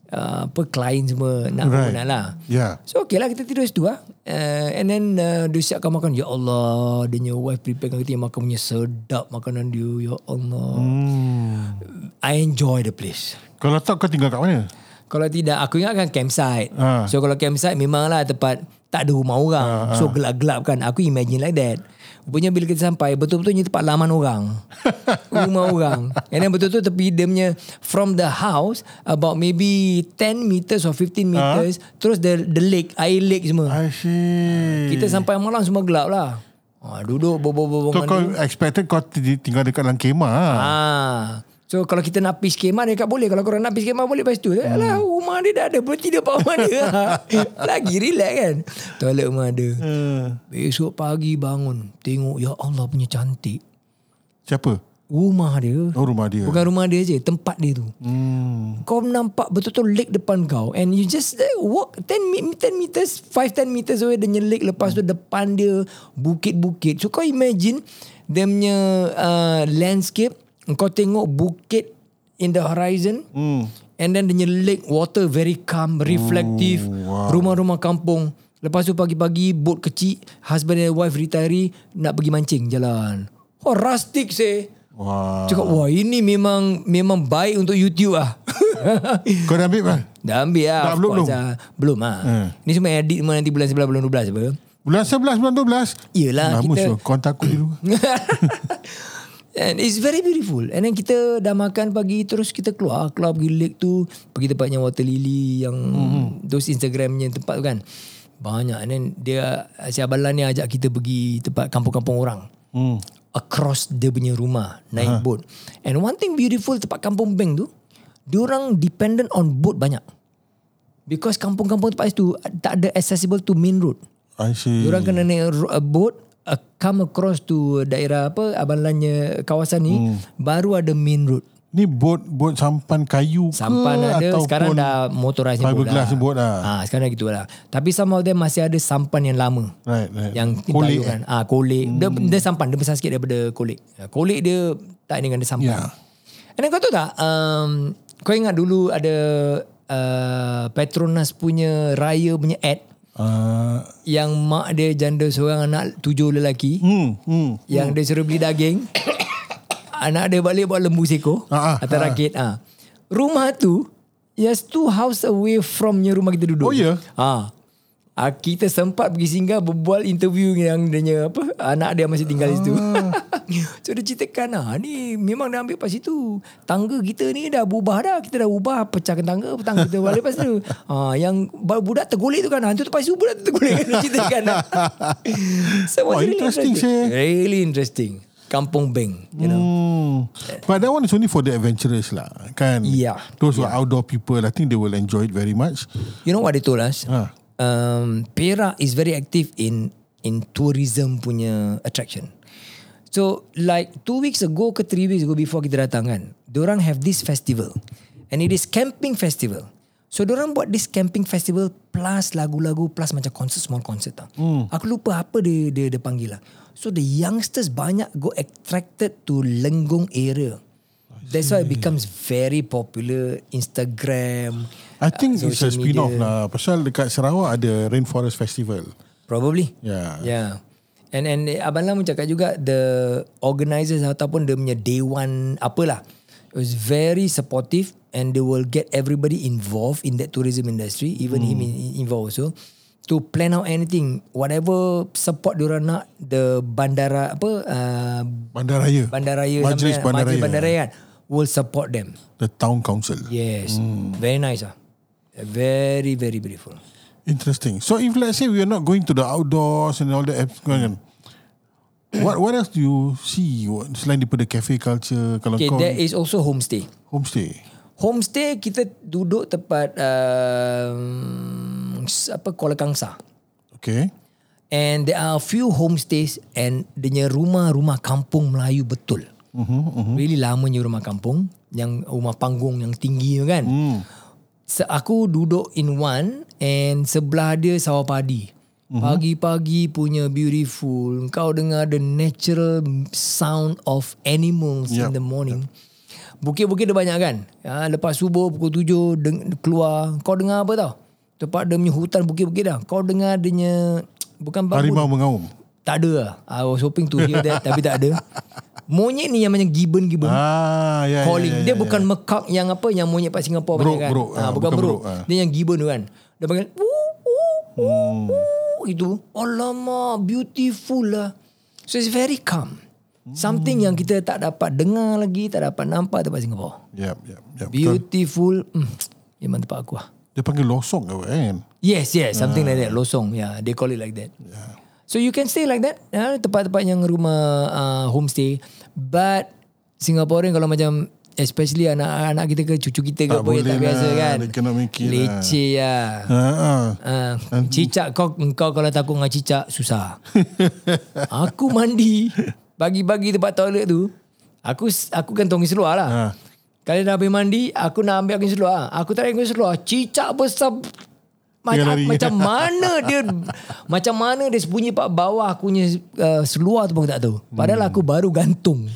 Speaker 2: uh, apa client semua nak
Speaker 1: Right.
Speaker 2: right. nak lah
Speaker 1: Yeah.
Speaker 2: So okay lah kita tidur situ lah. Uh, and then uh, dia siapkan makan. Ya Allah. Dia punya wife prepare kita yang makan punya sedap makanan dia. Ya Allah. Hmm. I enjoy the place.
Speaker 1: Kalau tak kau tinggal kat mana?
Speaker 2: Kalau tidak aku ingatkan campsite.
Speaker 1: Ah.
Speaker 2: So kalau campsite memanglah tempat tak ada rumah orang. So gelap-gelap kan. Aku imagine like that. Rupanya bila kita sampai betul-betulnya tempat laman orang. rumah orang. And then betul-betul tepi dia punya from the house about maybe 10 meters or 15 meters terus the the lake, air lake semua.
Speaker 1: I see.
Speaker 2: Ah, Kita sampai malam semua gelap lah. Ha, duduk
Speaker 1: So
Speaker 2: berbual-bual.
Speaker 1: kau expected kau ti- tinggal dekat dalam kemah lah.
Speaker 2: Ah. So kalau kita nak pergi skema dia kat boleh. Kalau korang nak pergi skema boleh lepas tu. Hmm. Alah rumah dia dah ada. Berarti dia pak rumah dia. Lagi relax kan. Toilet rumah ada.
Speaker 1: Uh,
Speaker 2: Ah. Besok pagi bangun. Tengok ya Allah punya cantik.
Speaker 1: siapa?
Speaker 2: Rumah dia.
Speaker 1: Oh rumah dia.
Speaker 2: Bukan rumah dia je. Tempat dia tu.
Speaker 1: Hmm.
Speaker 2: Kau nampak betul-betul lake depan kau. And you just eh, walk 10, me- 10 meters, 5-10 meters away dia punya lake. Lepas tu depan dia bukit-bukit. So kau imagine dia punya uh, landscape. Kau tengok bukit in the horizon.
Speaker 1: Hmm.
Speaker 2: And then dia punya lake water very calm, reflective. Rumah-rumah kampung. Lepas tu pagi-pagi boat kecil. Husband and wife retiree nak pergi mancing jalan. Oh rustic seh.
Speaker 1: Wah.
Speaker 2: Cakap wah ini memang memang baik untuk
Speaker 1: (laughs)
Speaker 2: YouTube ah.
Speaker 1: Kau dah ambil bang?
Speaker 2: Dah ambil lah
Speaker 1: Dah
Speaker 2: of
Speaker 1: upload
Speaker 2: course
Speaker 1: belum?
Speaker 2: Lah. Belum lah
Speaker 1: Hmm.
Speaker 2: Ni semua edit semua nanti bulan 11 bulan 12 apa
Speaker 1: Bulan 11, bulan 12.
Speaker 2: Yelah
Speaker 1: Lama
Speaker 2: kita
Speaker 1: sure. Kau hantar aku dulu.
Speaker 2: (laughs) And it's very beautiful And then kita dah makan pagi Terus kita keluar Keluar pergi lake tu Pergi tempat yang water lily Yang mm-hmm. Those Instagramnya tempat tu kan Banyak And then dia Si Abang Lan ni ajak kita pergi Tempat kampung-kampung orang
Speaker 1: hmm.
Speaker 2: Across dia punya rumah Naik boat And one thing beautiful Tempat kampung bank tu Diorang dependent on boat banyak Because kampung-kampung tempat itu Tak ada accessible to main road
Speaker 1: I see.
Speaker 2: Hmm. Diorang kena naik ro- a boat uh, come across to daerah apa Abalannya kawasan ni
Speaker 1: Hmm.
Speaker 2: baru ada main road.
Speaker 1: Ni boat boat sampan kayu ke
Speaker 2: Sampan ada
Speaker 1: Ah, ataupun
Speaker 2: sekarang dah motorized ni
Speaker 1: fiberglass ni boat lah.
Speaker 2: Ha, sekarang dah gitu lah. Tapi some of them masih ada sampan yang lama.
Speaker 1: Right, right.
Speaker 2: Yang
Speaker 1: Kolek,
Speaker 2: kolek kan. Ah ha, kolek. Dia,
Speaker 1: Hmm.
Speaker 2: dia sampan dia besar sikit daripada kolek. Ah, Kolek dia tak dengan dia sampan.
Speaker 1: Yeah.
Speaker 2: And then kau tahu tak um, kau ingat dulu ada uh, Petronas punya raya punya ad
Speaker 1: Uh,
Speaker 2: yang mak dia janda seorang anak tujuh lelaki.
Speaker 1: hmm, hmm.
Speaker 2: Yang dia suruh beli
Speaker 1: (coughs)
Speaker 2: daging Anak dia balik buat lembu seko
Speaker 1: Ah, ah,
Speaker 2: Atau
Speaker 1: ah.
Speaker 2: rakit ah. Rumah tu Yes two house away from your rumah kita
Speaker 1: Oh,
Speaker 2: duduk
Speaker 1: ya?
Speaker 2: ah. Ah, kita sempat pergi singgah berbual interview yang dia punya apa anak dia masih tinggal di situ.
Speaker 1: Ah.
Speaker 2: (laughs) so dia ceritakan ah ni memang dia ambil pas situ. Tangga kita ni dah berubah dah. Kita dah ubah pecahkan tangga, tangga kita balik pas
Speaker 1: (laughs)
Speaker 2: tu. Ah yang budak tergolek tu kan. Hantu tu pas tu budak tu tergolek dia
Speaker 1: (laughs)
Speaker 2: ceritakan. Ah. so
Speaker 1: Wah,
Speaker 2: was really
Speaker 1: interesting, seh.
Speaker 2: Really interesting. Kampung Beng, you know.
Speaker 1: Hmm. But that one is only for the adventurers lah kan.
Speaker 2: Yeah.
Speaker 1: Those who are outdoor people I think they will enjoy it very much.
Speaker 2: You know what they told us?
Speaker 1: Ah.
Speaker 2: Um, Perak is very active in in tourism punya attraction. So like two weeks ago ke three weeks ago before kita datang kan, orang have this festival and it is camping festival. So orang buat this camping festival plus lagu-lagu plus macam concert small concert tau. Mm. Aku lupa apa dia dia, dia panggil lah. So the youngsters banyak go attracted to Lenggong area. That's why it becomes very popular Instagram.
Speaker 1: I think
Speaker 2: uh,
Speaker 1: it's a
Speaker 2: social
Speaker 1: spin-off
Speaker 2: media.
Speaker 1: lah pasal dekat Sarawak ada Rainforest Festival.
Speaker 2: Probably.
Speaker 1: Yeah.
Speaker 2: Yeah. And and eh, Abang Lam cakap juga the organisers ataupun dia punya day one apalah. It was very supportive and they will get everybody involved in that tourism industry,
Speaker 1: Hmm.
Speaker 2: even him in, involved also to plan out anything whatever support diorang nak the bandara apa uh,
Speaker 1: Bandaraya.
Speaker 2: bandaraya
Speaker 1: Majlis
Speaker 2: sampai-
Speaker 1: Bandaraya.
Speaker 2: Majlis bandaraya kan, will support them
Speaker 1: The town council.
Speaker 2: yes
Speaker 1: Hmm.
Speaker 2: very nice ah very very beautiful
Speaker 1: Interesting. So if let's say we are not going to the outdoors and all that, kan, what what else do you see you- selain daripada cafe culture kalau
Speaker 2: okay
Speaker 1: kau
Speaker 2: there is also homestay
Speaker 1: homestay?
Speaker 2: Homestay kita duduk tempat um, s- apa Kuala Kangsa.
Speaker 1: Okay.
Speaker 2: And there are a few homestays and dia punya rumah-rumah kampung Melayu betul. Mm-hmm, mm-hmm. Really lamanya rumah kampung yang rumah panggung yang tinggi tu kan. Mm. So, aku duduk in one and sebelah dia sawah padi. Pagi-pagi punya beautiful. Kau dengar the natural sound of animals in
Speaker 1: Yup.
Speaker 2: the morning. Bukit-bukit dia banyak kan? Ha, lepas subuh pukul tujuh deng- keluar. Kau dengar apa tau? Tempat dia punya hutan bukit-bukit dah. Kau dengar dia punya... Bukan bambu.
Speaker 1: Harimau mengaum.
Speaker 2: Tak ada lah. I was hoping to hear that tapi tak ada. Monyet ni yang macam gibbon-gibbon
Speaker 1: Ah, ya, ya, ya,
Speaker 2: calling. dia
Speaker 1: ya,
Speaker 2: bukan mekak yang apa yang monyet kat Singapura
Speaker 1: Brok,
Speaker 2: banyak kan.
Speaker 1: brok. Ah,
Speaker 2: Ah, bukan
Speaker 1: bukan
Speaker 2: bro.
Speaker 1: brok, ah. Hmm.
Speaker 2: Dia yang gibbon tu kan. Dia panggil woo, woo, woo, woo, itu. Alamak, beautiful lah. So it's very calm. Something yang kita tak dapat dengar lagi, tak dapat nampak tempat Singapura.
Speaker 1: Yep, yep, yep. Betul.
Speaker 2: Beautiful. Hmm, memang tempat aku lah.
Speaker 1: Dia panggil losong ke apa,
Speaker 2: Hmm.
Speaker 1: kan?
Speaker 2: Yes, yes, something like
Speaker 1: Hmm.
Speaker 2: that. Losong, yeah, they call it like that. So you can stay like that, uh, tempat-tempat yang rumah uh, homestay. But Singaporean kalau macam especially anak-anak kita ke cucu kita ke
Speaker 1: Tak
Speaker 2: apa yang tak
Speaker 1: boleh
Speaker 2: biasa
Speaker 1: lah,
Speaker 2: kan.
Speaker 1: they cannot make it lah.
Speaker 2: Leceh lah.
Speaker 1: Ha, ah.
Speaker 2: Uh, cicak kau kau kalau takut dengan cicak susah. aku mandi pagi-pagi tempat toilet tu. Aku aku kantongin seluar lah.
Speaker 1: Ha.
Speaker 2: Kali dah habis mandi, aku nak ambil angin seluar. Aku tak angin seluar. Cicak besar macam,
Speaker 1: lari.
Speaker 2: macam mana dia macam mana dia sembunyi pak bawah aku punya uh, seluar tu pun aku tak tahu. Padahal aku baru gantung.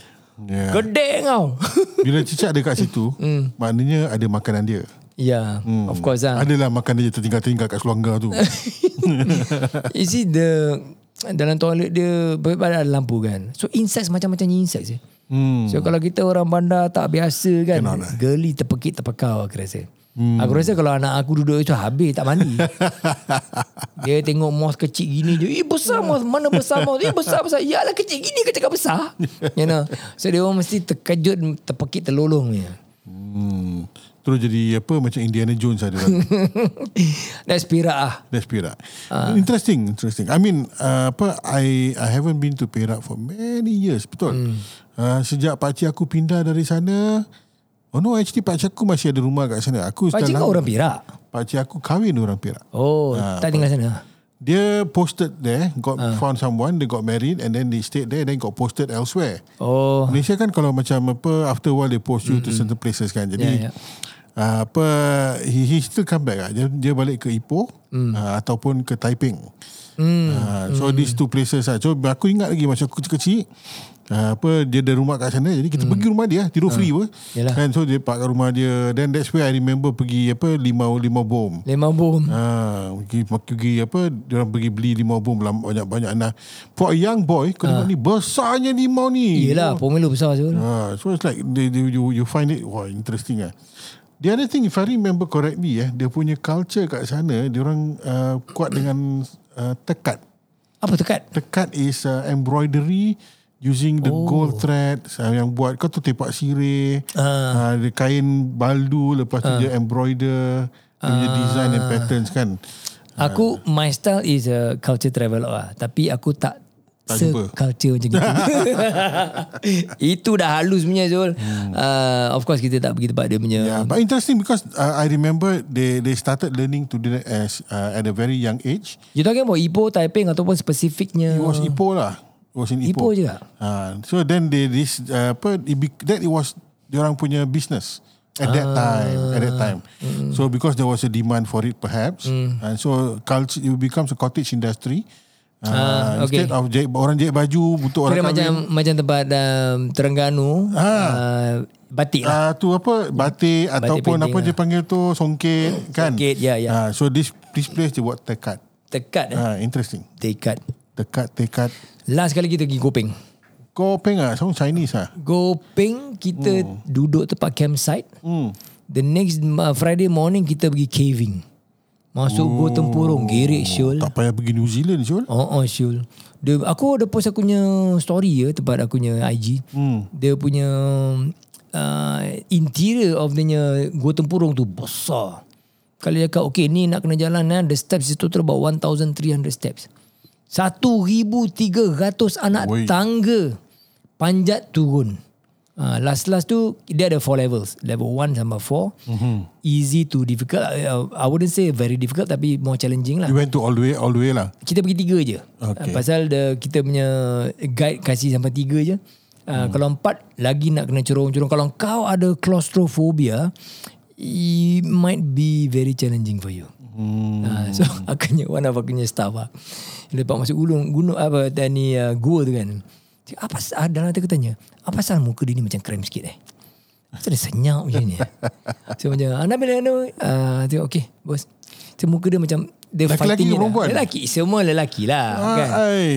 Speaker 1: Ya.
Speaker 2: Gede kau. (laughs)
Speaker 1: Bila cicak dekat situ,
Speaker 2: Hmm.
Speaker 1: maknanya ada makanan dia.
Speaker 2: yeah, of course lah.
Speaker 1: Adalah makanan dia tertinggal-tinggal kat seluangga
Speaker 2: (laughs)
Speaker 1: tu.
Speaker 2: You see the dalam toilet dia pada ada lampu kan. So insects macam-macam insects je. Hmm. So kalau kita orang bandar tak biasa kan geli terpekik terpekau aku rasa. Hmm. Aku rasa kalau anak aku duduk itu habis tak (laughs) mandi. dia tengok moth kecil gini je. Eh besar moth. Mana besar moth? Eh besar besar. Ya lah kecil gini kau cakap (laughs) besar. you know. So dia orang mesti terkejut terpekik terlolong je.
Speaker 1: hmm. Terus jadi apa macam Indiana Jones ada
Speaker 2: (laughs)
Speaker 1: lah.
Speaker 2: (laughs) That's Perak ah.
Speaker 1: That's Perak. Uh. Interesting, interesting. I mean, uh, apa I I haven't been to Perak for many years, betul.
Speaker 2: Hmm.
Speaker 1: Mm. Uh, sejak pakcik aku pindah dari sana, oh no, actually pakcik aku masih ada rumah kat sana. Aku sudah
Speaker 2: Pakcik kau
Speaker 1: lama-
Speaker 2: orang Perak.
Speaker 1: Pakcik aku kahwin orang Perak.
Speaker 2: Oh, tak tinggal sana.
Speaker 1: Dia posted there, got uh.
Speaker 2: Ah.
Speaker 1: found someone, they got married and then they stayed there then got posted elsewhere.
Speaker 2: Oh.
Speaker 1: Malaysia kan kalau macam apa after a while they post you mm-hmm. to certain places kan. Jadi
Speaker 2: Yeah, yeah.
Speaker 1: yeah, yeah. Uh, apa he, he still come back lah. dia, dia balik ke Ipoh mm. uh, ataupun ke Taiping. Mm. Uh, so mm. these two places lah. So aku ingat lagi masa aku kecil-kecil uh, apa dia ada rumah kat sana jadi kita mm. pergi rumah dia tidur free apa.
Speaker 2: Yalah.
Speaker 1: And so dia park kat rumah dia then that's where I remember pergi apa limau limau bom.
Speaker 2: Lemah bom.
Speaker 1: Ha, pergi, pergi apa dia orang pergi beli limau bom lam- banyak-banyak nah. For a young boy kau tengok ni besarnya limau ni.
Speaker 2: Yelah, pomelo besar tu.
Speaker 1: Ha, so it's like they, they, you you find it wah interesting ah. The other thing if I remember correctly eh dia punya culture kat sana dia orang uh, kuat dengan uh, tekat.
Speaker 2: Apa tekat?
Speaker 1: Tekat is uh, embroidery using the oh. gold thread uh, yang buat kau tu tepak sirih uh. uh, dia kain baldu lepas tu uh. dia embroider dia punya design and patterns kan.
Speaker 2: Aku my style is a culture traveler lah. Tapi aku tak
Speaker 1: Tak
Speaker 2: se-
Speaker 1: jumpa.
Speaker 2: culture
Speaker 1: (laughs)
Speaker 2: macam gitu. Itu dah halus punya Zul.
Speaker 1: Hmm.
Speaker 2: Uh, of course kita tak pergi tempat dia punya.
Speaker 1: Yeah, but interesting because uh, I remember they they started learning to do that as uh, at a very young age.
Speaker 2: You talking about Ipoh, Taiping ataupun spesifiknya
Speaker 1: It was Ipoh lah. It was in Ipoh.
Speaker 2: Ah. Ipoh juga?
Speaker 1: Uh, so then they this uh, apa it, be- that it was orang punya business at
Speaker 2: Ah.
Speaker 1: that time at that time.
Speaker 2: Mm.
Speaker 1: So because there was a demand for it perhaps and so culture it becomes a cottage industry. Uh,
Speaker 2: Ah, okay.
Speaker 1: Instead of jahit, orang jahit baju untuk
Speaker 2: Kira
Speaker 1: orang kahwin.
Speaker 2: macam macam tempat um, Terengganu uh, batik lah.
Speaker 1: Ah uh, tu apa batik, ataupun
Speaker 2: painting
Speaker 1: apa
Speaker 2: lah.
Speaker 1: dia panggil tu songket kan.
Speaker 2: Songket, ya, ya.
Speaker 1: Ah, so this this place dia buat tekad.
Speaker 2: Tekat eh.
Speaker 1: Ah interesting.
Speaker 2: Tekat.
Speaker 1: Tekad tekad.
Speaker 2: Last kali kita pergi Gopeng.
Speaker 1: Kopeng ah sound Chinese ah.
Speaker 2: Gopeng kita duduk tempat campsite. The next uh, Friday morning kita pergi caving. Masuk oh. go tempurung Gerik Syul.
Speaker 1: Tak payah pergi New Zealand Syul.
Speaker 2: Oh, oh Syul. Dia, aku ada post aku punya story ya tempat aku punya IG.
Speaker 1: Hmm.
Speaker 2: Dia punya uh, interior of dia punya go tempurung tu besar. Kalau dia kata, okay ni nak kena jalan eh. The steps itu total about 1,300 steps. 1,300 anak
Speaker 1: Oi.
Speaker 2: tangga panjat turun. Uh, last-last tu dia ada four levels. Level 1 sampai 4.
Speaker 1: Mhm.
Speaker 2: Mm-hmm. Easy to difficult. Uh, I wouldn't say very difficult tapi more challenging lah
Speaker 1: You went to all the way, all the way lah.
Speaker 2: kita pergi tiga je.
Speaker 1: Okey.
Speaker 2: Okay. Pasal the, kita punya guide kasih sampai tiga je. Uh, hmm. Kalau empat, lagi nak kena corong-corong. Kalau kau ada claustrophobia, it might be very challenging for you. Hmm. Uh, so, (laughs) akunya, one of akunya staff lah. Lepas masuk gulung, gunung apa, dan ni uh, gua tu kan. Cakap, Apa, s- ah, dalam hati aku tanya, apa pasal muka dia ni macam krem sikit eh? Macam dia senyap macam
Speaker 1: (laughs)
Speaker 2: ni. eh. So macam, "Ah, anak bila anak, uh, tengok, okay, bos. So, muka dia macam, dia
Speaker 1: Laki-laki ke
Speaker 2: fighting it lah.
Speaker 1: perempuan?
Speaker 2: Lelaki, semua lelaki lah.
Speaker 1: Ah,
Speaker 2: kan?
Speaker 1: ai,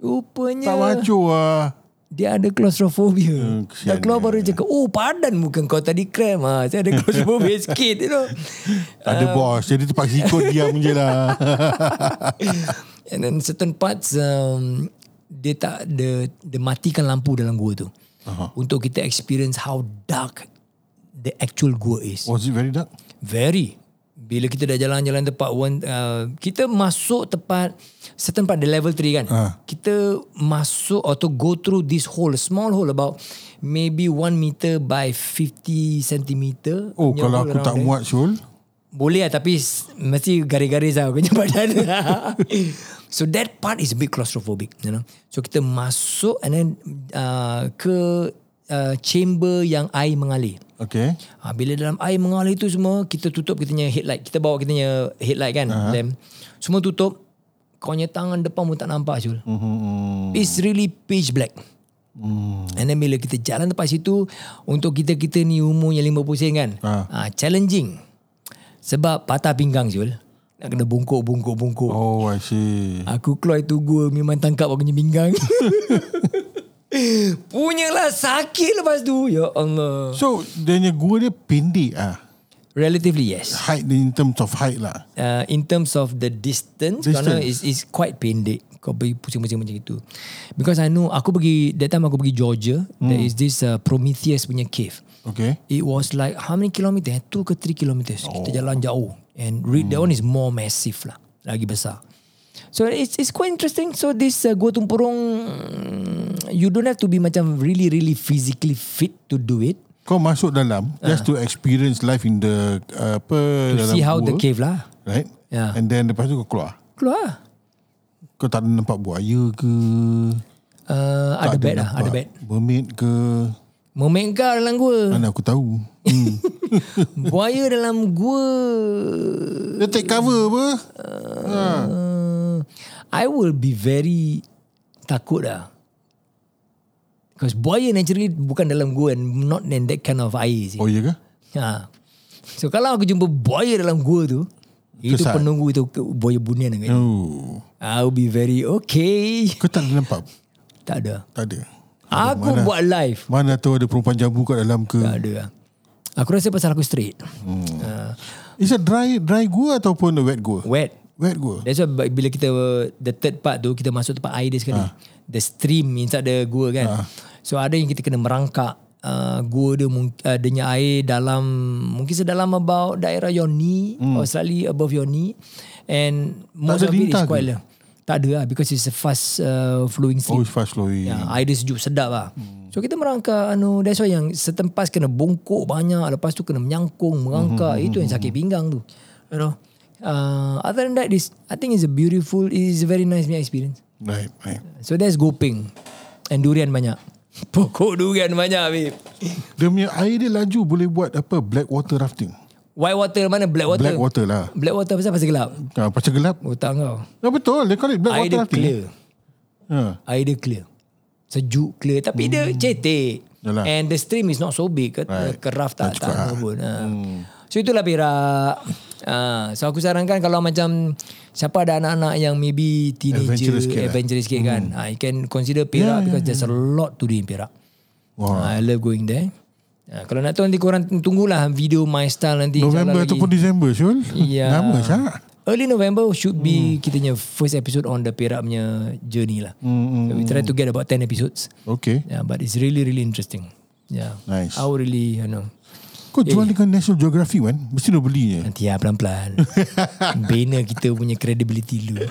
Speaker 2: Rupanya,
Speaker 1: tak macu lah.
Speaker 2: dia ada claustrophobia. Hmm,
Speaker 1: Hmm, kesian
Speaker 2: Dah keluar
Speaker 1: dia.
Speaker 2: baru dia cakap, oh padan muka kau tadi krem. Ha. Saya ada
Speaker 1: (laughs)
Speaker 2: claustrophobia sikit, you know.
Speaker 1: Tak
Speaker 2: Ah.
Speaker 1: ada bos. Jadi terpaksa
Speaker 2: (laughs)
Speaker 1: ikut diam je lah.
Speaker 2: And then certain parts, um, dia tak, dia, dia matikan lampu dalam gua tu. Uh-huh. Untuk kita experience how dark the actual gua is.
Speaker 1: Was it very dark?
Speaker 2: Very. Bila kita dah jalan-jalan tempat one, uh, kita masuk tempat certain part the level 3 kan.
Speaker 1: Ah.
Speaker 2: Kita masuk atau go through this hole, small hole about maybe 1 meter by 50 centimeter.
Speaker 1: Oh,
Speaker 2: Punya
Speaker 1: kalau
Speaker 2: hole
Speaker 1: aku
Speaker 2: Ya, around
Speaker 1: tak
Speaker 2: there.
Speaker 1: muat Syul,
Speaker 2: Boleh lah tapi s- mesti garis-garis lah punya (laughs) badan. so that part is a bit claustrophobic, you know. So kita masuk and then uh, ke uh, chamber yang air mengalir.
Speaker 1: okay.
Speaker 2: Ha, bila dalam air mengalir tu semua, kita tutup kita punya headlight. Kita bawa kita punya headlight kan, uh-huh. lamp. Semua tutup. Kau punya tangan depan pun tak nampak Syul.
Speaker 1: Hmm,
Speaker 2: It's really pitch black.
Speaker 1: hmm.
Speaker 2: And then bila kita jalan tempat situ, untuk kita-kita ni umurnya 50 sen kan,
Speaker 1: Ah.
Speaker 2: ha, challenging. Sebab patah pinggang Syul. Nak kena bungkuk, bungkuk, bungkuk.
Speaker 1: Oh, I see.
Speaker 2: Aku keluar itu gua memang tangkap aku punya pinggang. Punyalah sakit lepas tu. Ya Allah.
Speaker 1: So, dia punya gua dia pendek ah.
Speaker 2: Relatively yes.
Speaker 1: Height in terms of height lah.
Speaker 2: uh, in terms of the
Speaker 1: Distance.
Speaker 2: distance, distance. kerana is is quite pendek kau pergi pusing-pusing macam itu because I know aku pergi that time aku pergi Georgia hmm. there is this uh, Prometheus punya cave
Speaker 1: Okay.
Speaker 2: it was like how many kilometer 2 ke 3 kilometers oh. kita jalan jauh and
Speaker 1: Hmm.
Speaker 2: read that one is more massive lah lagi besar so it's it's quite interesting so this uh, Gua Tumpurung mm, you don't have to be macam really really physically fit to do it
Speaker 1: Kau masuk dalam just to experience life in the uh, apa
Speaker 2: Ah. to
Speaker 1: dalam
Speaker 2: see how
Speaker 1: gua,
Speaker 2: the cave lah
Speaker 1: right?
Speaker 2: Yeah.
Speaker 1: And then lepas tu kau keluar.
Speaker 2: keluar lah.
Speaker 1: Kau tak ada nampak buaya ke?
Speaker 2: uh,
Speaker 1: Tak
Speaker 2: ada bed lah ada
Speaker 1: nampak
Speaker 2: bed
Speaker 1: Mermaid ke?
Speaker 2: Mermaid kau dalam gua
Speaker 1: Mana aku tahu. Hmm.
Speaker 2: Buaya dalam gua
Speaker 1: Dia take cover apa?
Speaker 2: uh, I will be very Takut lah Because buaya naturally Bukan dalam gua And not in that kind of air sih.
Speaker 1: Oh iya ke?
Speaker 2: ha. So kalau aku jumpa buaya dalam gua tu Itu
Speaker 1: Kesal.
Speaker 2: penunggu itu ke- Buaya bunian kan?
Speaker 1: Oh.
Speaker 2: I'll be very okay
Speaker 1: Kau tak ada nampak?
Speaker 2: Tak ada
Speaker 1: Tak ada.
Speaker 2: Aku
Speaker 1: mana-
Speaker 2: buat live
Speaker 1: Mana tahu ada perempuan jambu kat dalam ke?
Speaker 2: Tak ada lah. Aku rasa pasal aku straight hmm.
Speaker 1: Is it dry dry gua ataupun the wet gua?
Speaker 2: Wet
Speaker 1: Wet gua.
Speaker 2: That's why b- bila kita the third part tu kita masuk tempat air dia sekali.
Speaker 1: Ah.
Speaker 2: The stream inside the gua kan. So ada yang kita kena merangkak uh, gua dia mung- uh, dia punya air dalam mungkin sedalam about daerah your knee or slightly above your knee and most
Speaker 1: Hmm. ada
Speaker 2: of it is
Speaker 1: lintah ke?
Speaker 2: quite lah. Tak ada lah because it's a fast uh, flowing
Speaker 1: Oh,
Speaker 2: stream.
Speaker 1: it's fast flowing.
Speaker 2: Ya, air dia sejuk sedap lah. Hmm. So kita merangkak anu that's why yang setempat kena bongkok banyak lepas tu kena menyangkung merangkak hmm. itu yang sakit pinggang tu. You know. Uh, other than that this I think it's a beautiful it's a very nice punya experience.
Speaker 1: Right, right.
Speaker 2: So that's goping and durian banyak. (laughs) Pokok durian banyak babe.
Speaker 1: Dia punya air dia laju boleh buat apa? Black water rafting.
Speaker 2: White water mana black water?
Speaker 1: Black water lah.
Speaker 2: Black water pasal pasal gelap.
Speaker 1: Ha, pasal gelap.
Speaker 2: Otak kau.
Speaker 1: Ya, betul. Dia call it black
Speaker 2: Air
Speaker 1: water
Speaker 2: dia
Speaker 1: rafting.
Speaker 2: clear.
Speaker 1: Ha.
Speaker 2: Air dia clear. Sejuk clear. Tapi dia cetek.
Speaker 1: Hmm. Yalah.
Speaker 2: And the stream is not so big.
Speaker 1: Right.
Speaker 2: Ke, right. Keraf tak,
Speaker 1: Tak cukup, ah. Hmm.
Speaker 2: tak apa pun. Ha. So itulah Perak. Ha. So aku sarankan kalau macam siapa ada anak-anak yang maybe
Speaker 1: Adventurous
Speaker 2: teenager,
Speaker 1: sikit lah.
Speaker 2: adventurous, adventurous sikit kan. Ha, you can consider Perak yeah, because yeah, there's a lot to do in Perak.
Speaker 1: Wah.
Speaker 2: I love going there. Ha, kalau nak tahu nanti korang tunggulah video My Style nanti. insyaAllah
Speaker 1: November
Speaker 2: lagi.
Speaker 1: ataupun December, Syul.
Speaker 2: Ya.
Speaker 1: Lama, Syah.
Speaker 2: Early November should be hmm. kita punya first episode on the Perak punya journey lah. Hmm, so we try to get about 10 episodes.
Speaker 1: Okay.
Speaker 2: Yeah, but it's really really interesting. Yeah.
Speaker 1: Nice.
Speaker 2: I would really, you know.
Speaker 1: Kau
Speaker 2: Eh.
Speaker 1: jual dengan National Geographic, kan?
Speaker 2: lah,
Speaker 1: Mesti dah belinya. (laughs)
Speaker 2: Nanti ya pelan-pelan. Bina kita punya credibility dulu. (laughs)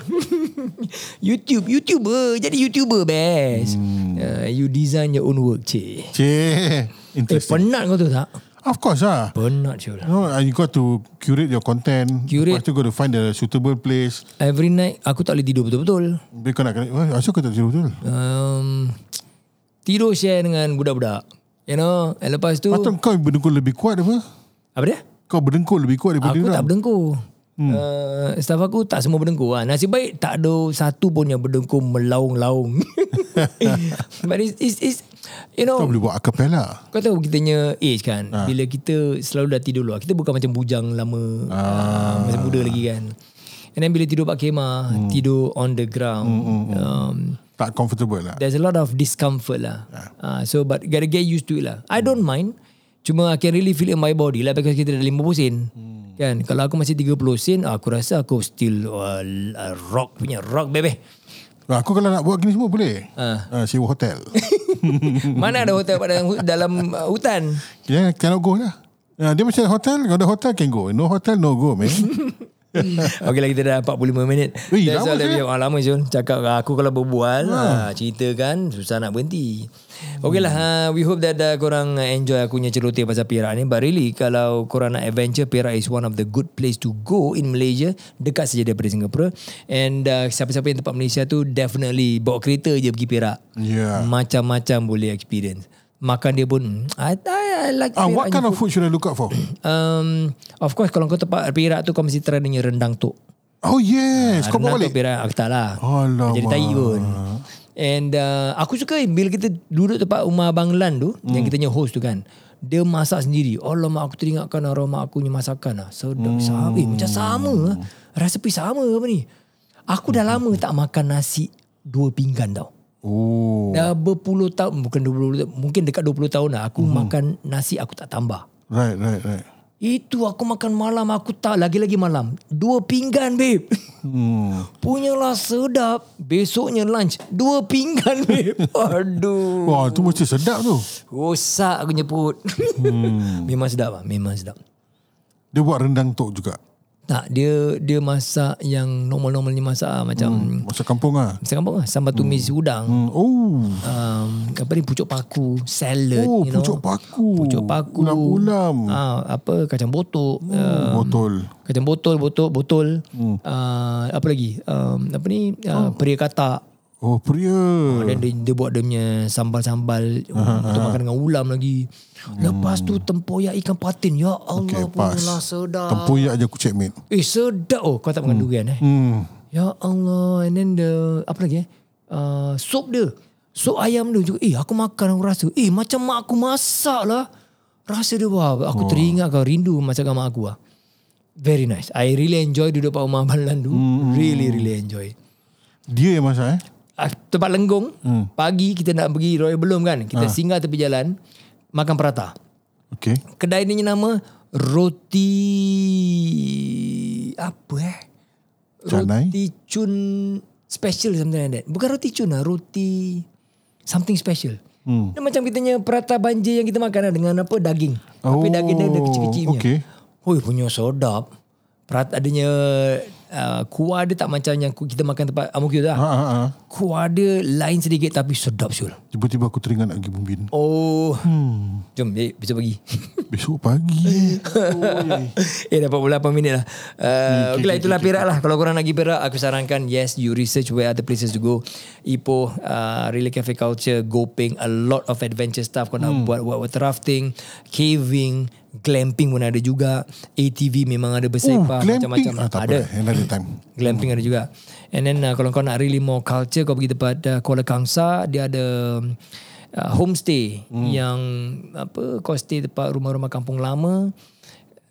Speaker 2: YouTube YouTuber Jadi YouTuber best hmm. uh, You design your own work Cik
Speaker 1: Cik.
Speaker 2: Eh
Speaker 1: Interesting.
Speaker 2: penat kau tu tak?
Speaker 1: Of course lah.
Speaker 2: Penat Syul
Speaker 1: No, and you got to curate your content.
Speaker 2: Curate.
Speaker 1: Lepas tu got to find the suitable place.
Speaker 2: Every night Aku tak boleh tidur betul-betul
Speaker 1: Bila kau nak kena, wah, asal kau tak tidur betul?
Speaker 2: um, Tidur share dengan budak-budak You know And lepas tu
Speaker 1: Patut kau berdengkur lebih kuat apa?
Speaker 2: Apa dia?
Speaker 1: Kau berdengkur lebih kuat daripada
Speaker 2: Aku
Speaker 1: dia
Speaker 2: tak
Speaker 1: orang.
Speaker 2: berdengkur hmm. uh, Staff aku tak semua berdengkur lah. Nasib baik tak ada satu pun yang berdengkur (laughs) melaung-laung But it's, it's, it's You know
Speaker 1: lah. Kau boleh buat acapella.
Speaker 2: Kau tahu kita punya age kan ha. Bila kita selalu dah tidur luar Kita bukan macam bujang lama ha. Macam muda lagi kan And then bila tidur pak kemah hmm. Tidur on the ground hmm, hmm, um,
Speaker 1: Tak comfortable lah.
Speaker 2: There's a lot of discomfort lah ha. So but gotta get used to it lah I don't mind Cuma I can really feel it in my body lah Because kita dah 50 sen hmm. Kan Kalau aku masih 30 sen Aku rasa aku still uh, uh, Rock punya rock bebeh
Speaker 1: Nah, Lah, aku kalau nak buat gini semua boleh.
Speaker 2: Ah.
Speaker 1: Uh. Uh, sewa hotel. (laughs)
Speaker 2: Mana ada hotel pada dalam, dalam uh, hutan
Speaker 1: yeah, cannot go lah. Uh, dia macam hotel, kalau ada hotel can go. No hotel, no go
Speaker 2: (laughs)
Speaker 1: man.
Speaker 2: Okey lah kita dah 45 minit
Speaker 1: Ui,
Speaker 2: That's
Speaker 1: lama
Speaker 2: all that we
Speaker 1: saya.
Speaker 2: have. ah, Lama Syul Cakap aku kalau berbual ha. Cerita kan Susah nak berhenti Okey lah
Speaker 1: Hmm.
Speaker 2: ah, We hope that uh, korang enjoy Aku punya cerutin pasal Perak ni But really Kalau korang nak adventure Perak is one of the good place to go In Malaysia Dekat saja daripada Singapura And uh, siapa-siapa yang tempat Malaysia tu Definitely Bawa kereta je pergi Perak
Speaker 1: Yeah.
Speaker 2: Macam-macam boleh experience Makan dia pun mm, I, I, I like
Speaker 1: Ah,
Speaker 2: Perak
Speaker 1: what
Speaker 2: ni.
Speaker 1: kind of food should I look out for?
Speaker 2: um, Of course kalau kau tempat Perak tu Kau mesti try dengan rendang tok
Speaker 1: Oh yes, kau bawa balik.
Speaker 2: Renang tu Perak Aku tak lah
Speaker 1: Alamak.
Speaker 2: Jadi tai pun And uh, aku suka bila kita duduk tempat rumah Abang Lan tu mm. Yang kita punya host tu kan Dia masak sendiri Alamak aku teringatkan aroma aku punya masakan lah Sedap mm. sama eh, Macam sama lah. Resipi sama apa ni Aku dah lama tak makan nasi Dua pinggan tau
Speaker 1: Oh,
Speaker 2: Dah berpuluh tahun Bukan 20 tahun Mungkin dekat 20 tahun lah Aku makan nasi aku tak tambah
Speaker 1: right, right, right.
Speaker 2: itu aku makan malam Aku tak lagi-lagi malam Dua pinggan babe
Speaker 1: Hmm.
Speaker 2: (laughs) Punyalah sedap Besoknya lunch Dua pinggan
Speaker 1: (laughs)
Speaker 2: babe Aduh
Speaker 1: Wah, tu mesti sedap tu.
Speaker 2: Rosak aku nyeput hmm. (laughs) Memang sedap lah Memang sedap
Speaker 1: Dia buat rendang tok juga.
Speaker 2: Tak dia Dia masak yang Normal-normal ni masak lah. Macam
Speaker 1: Masa kampung ah.
Speaker 2: hmm. Macam apa lah Sambal tumis udang
Speaker 1: Hmm. Oh.
Speaker 2: um, Apa ni Pucuk paku Salad
Speaker 1: Oh,
Speaker 2: you know.
Speaker 1: pucuk paku.
Speaker 2: Pucuk paku
Speaker 1: Ulam-ulam.
Speaker 2: ah, Apa Kacang botok hmm. uh,
Speaker 1: Botol.
Speaker 2: Kacang botol Botol Botol hmm. uh, Apa lagi um, Apa ni uh, Peria katak
Speaker 1: Oh, pria.
Speaker 2: Dan dia, dia buat dia punya sambal-sambal Untuk makan dengan ulam lagi Lepas tu tempoyak ikan patin Ya Allah okay,
Speaker 1: Okay, pass.
Speaker 2: punyalah sedap
Speaker 1: Tempoyak ya je aku checkmate.
Speaker 2: Eh sedap oh Kau tak mengandu kan eh
Speaker 1: Hmm.
Speaker 2: Ya Allah And then the Apa lagi eh uh, Sup dia Sup ayam dia juga Eh aku makan aku rasa Eh macam mak aku masak lah Rasa dia wah Aku oh. teringat kau rindu Masakan mak aku lah Very nice I really enjoy duduk kat rumah Abang Landu Really really enjoy
Speaker 1: Dia yang masak eh?
Speaker 2: Ah, tempat lenggong hmm. pagi kita nak pergi Royal Belum kan kita ha. singgah tepi jalan makan prata
Speaker 1: Okay.
Speaker 2: kedai ni nama roti apa eh
Speaker 1: Canai?
Speaker 2: roti cun special something like that bukan roti cun lah roti something special hmm. dia macam kita punya prata banjir yang kita makan lah dengan apa daging oh, tapi
Speaker 1: Oh,
Speaker 2: daging dia, dia kecil-kecil punya
Speaker 1: okay.
Speaker 2: Oi punya sedap Prata adanya uh, kuah dia tak macam yang ku- kita makan tempat Amokyo tu lah.
Speaker 1: Ha, ha, ha.
Speaker 2: Kuah dia lain sedikit tapi sedap Syul.
Speaker 1: Tiba-tiba aku teringat nak pergi Bumbin.
Speaker 2: Oh. Hmm. Jom, eh, besok pagi. (laughs)
Speaker 1: Besok pagi. Oi.
Speaker 2: eh, dah 48 minit lah. Uh, okay, okay, lah, itulah Perak lah. Kalau korang nak pergi Perak, aku sarankan, yes, you research where other places to go. Ipoh, uh, Relay Cafe Culture, Gopeng, a lot of adventure stuff. Kau nak buat, buat water rafting, caving, glamping pun ada juga. ATV memang ada
Speaker 1: Oh,
Speaker 2: bersepah.
Speaker 1: glamping.
Speaker 2: macam-macam.
Speaker 1: Ah, tak
Speaker 2: ada.
Speaker 1: ada. apa. Another time.
Speaker 2: Glamping ada juga. And then uh, kalau kau nak really more culture, kau pergi tempat uh, Kuala Kangsa, dia ada um, uh, homestay hmm. yang apa kau stay tempat rumah-rumah kampung lama.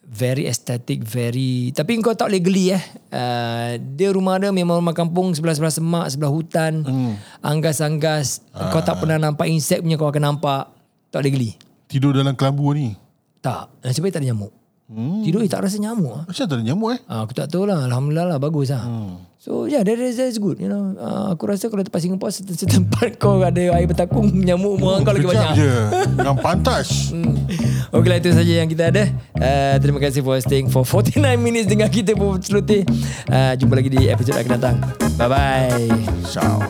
Speaker 2: Very aesthetic, very... Tapi kau tak boleh geli eh. Uh, dia rumah dia memang rumah kampung, sebelah-sebelah semak, sebelah hutan. Hmm. Anggas-anggas. Uh. Kau tak pernah nampak insect punya kau akan nampak. Tak boleh geli.
Speaker 1: Tidur dalam kelambu ni.
Speaker 2: Tak. Nasib baik tak ada nyamuk. Hmm. Tidur eh, tak rasa nyamuk ah.
Speaker 1: Macam tak ada nyamuk eh?
Speaker 2: Ah, aku tak tahu lah. Alhamdulillah lah. Bagus lah. Hmm. So yeah, that is, that is good. You know, ah, aku rasa kalau lepas Singapore, set- setempat (laughs) kau ada air bertakung, nyamuk muang kau lagi
Speaker 1: Kejap
Speaker 2: banyak. Hmm.
Speaker 1: je. Dengan
Speaker 2: (laughs)
Speaker 1: pantas.
Speaker 2: Okeylah itu saja yang kita ada. Uh, terima kasih for staying for 49 minutes dengan kita pun Ah, selutih. Uh, jumpa lagi di episod akan datang. Bye-bye.
Speaker 1: Ciao.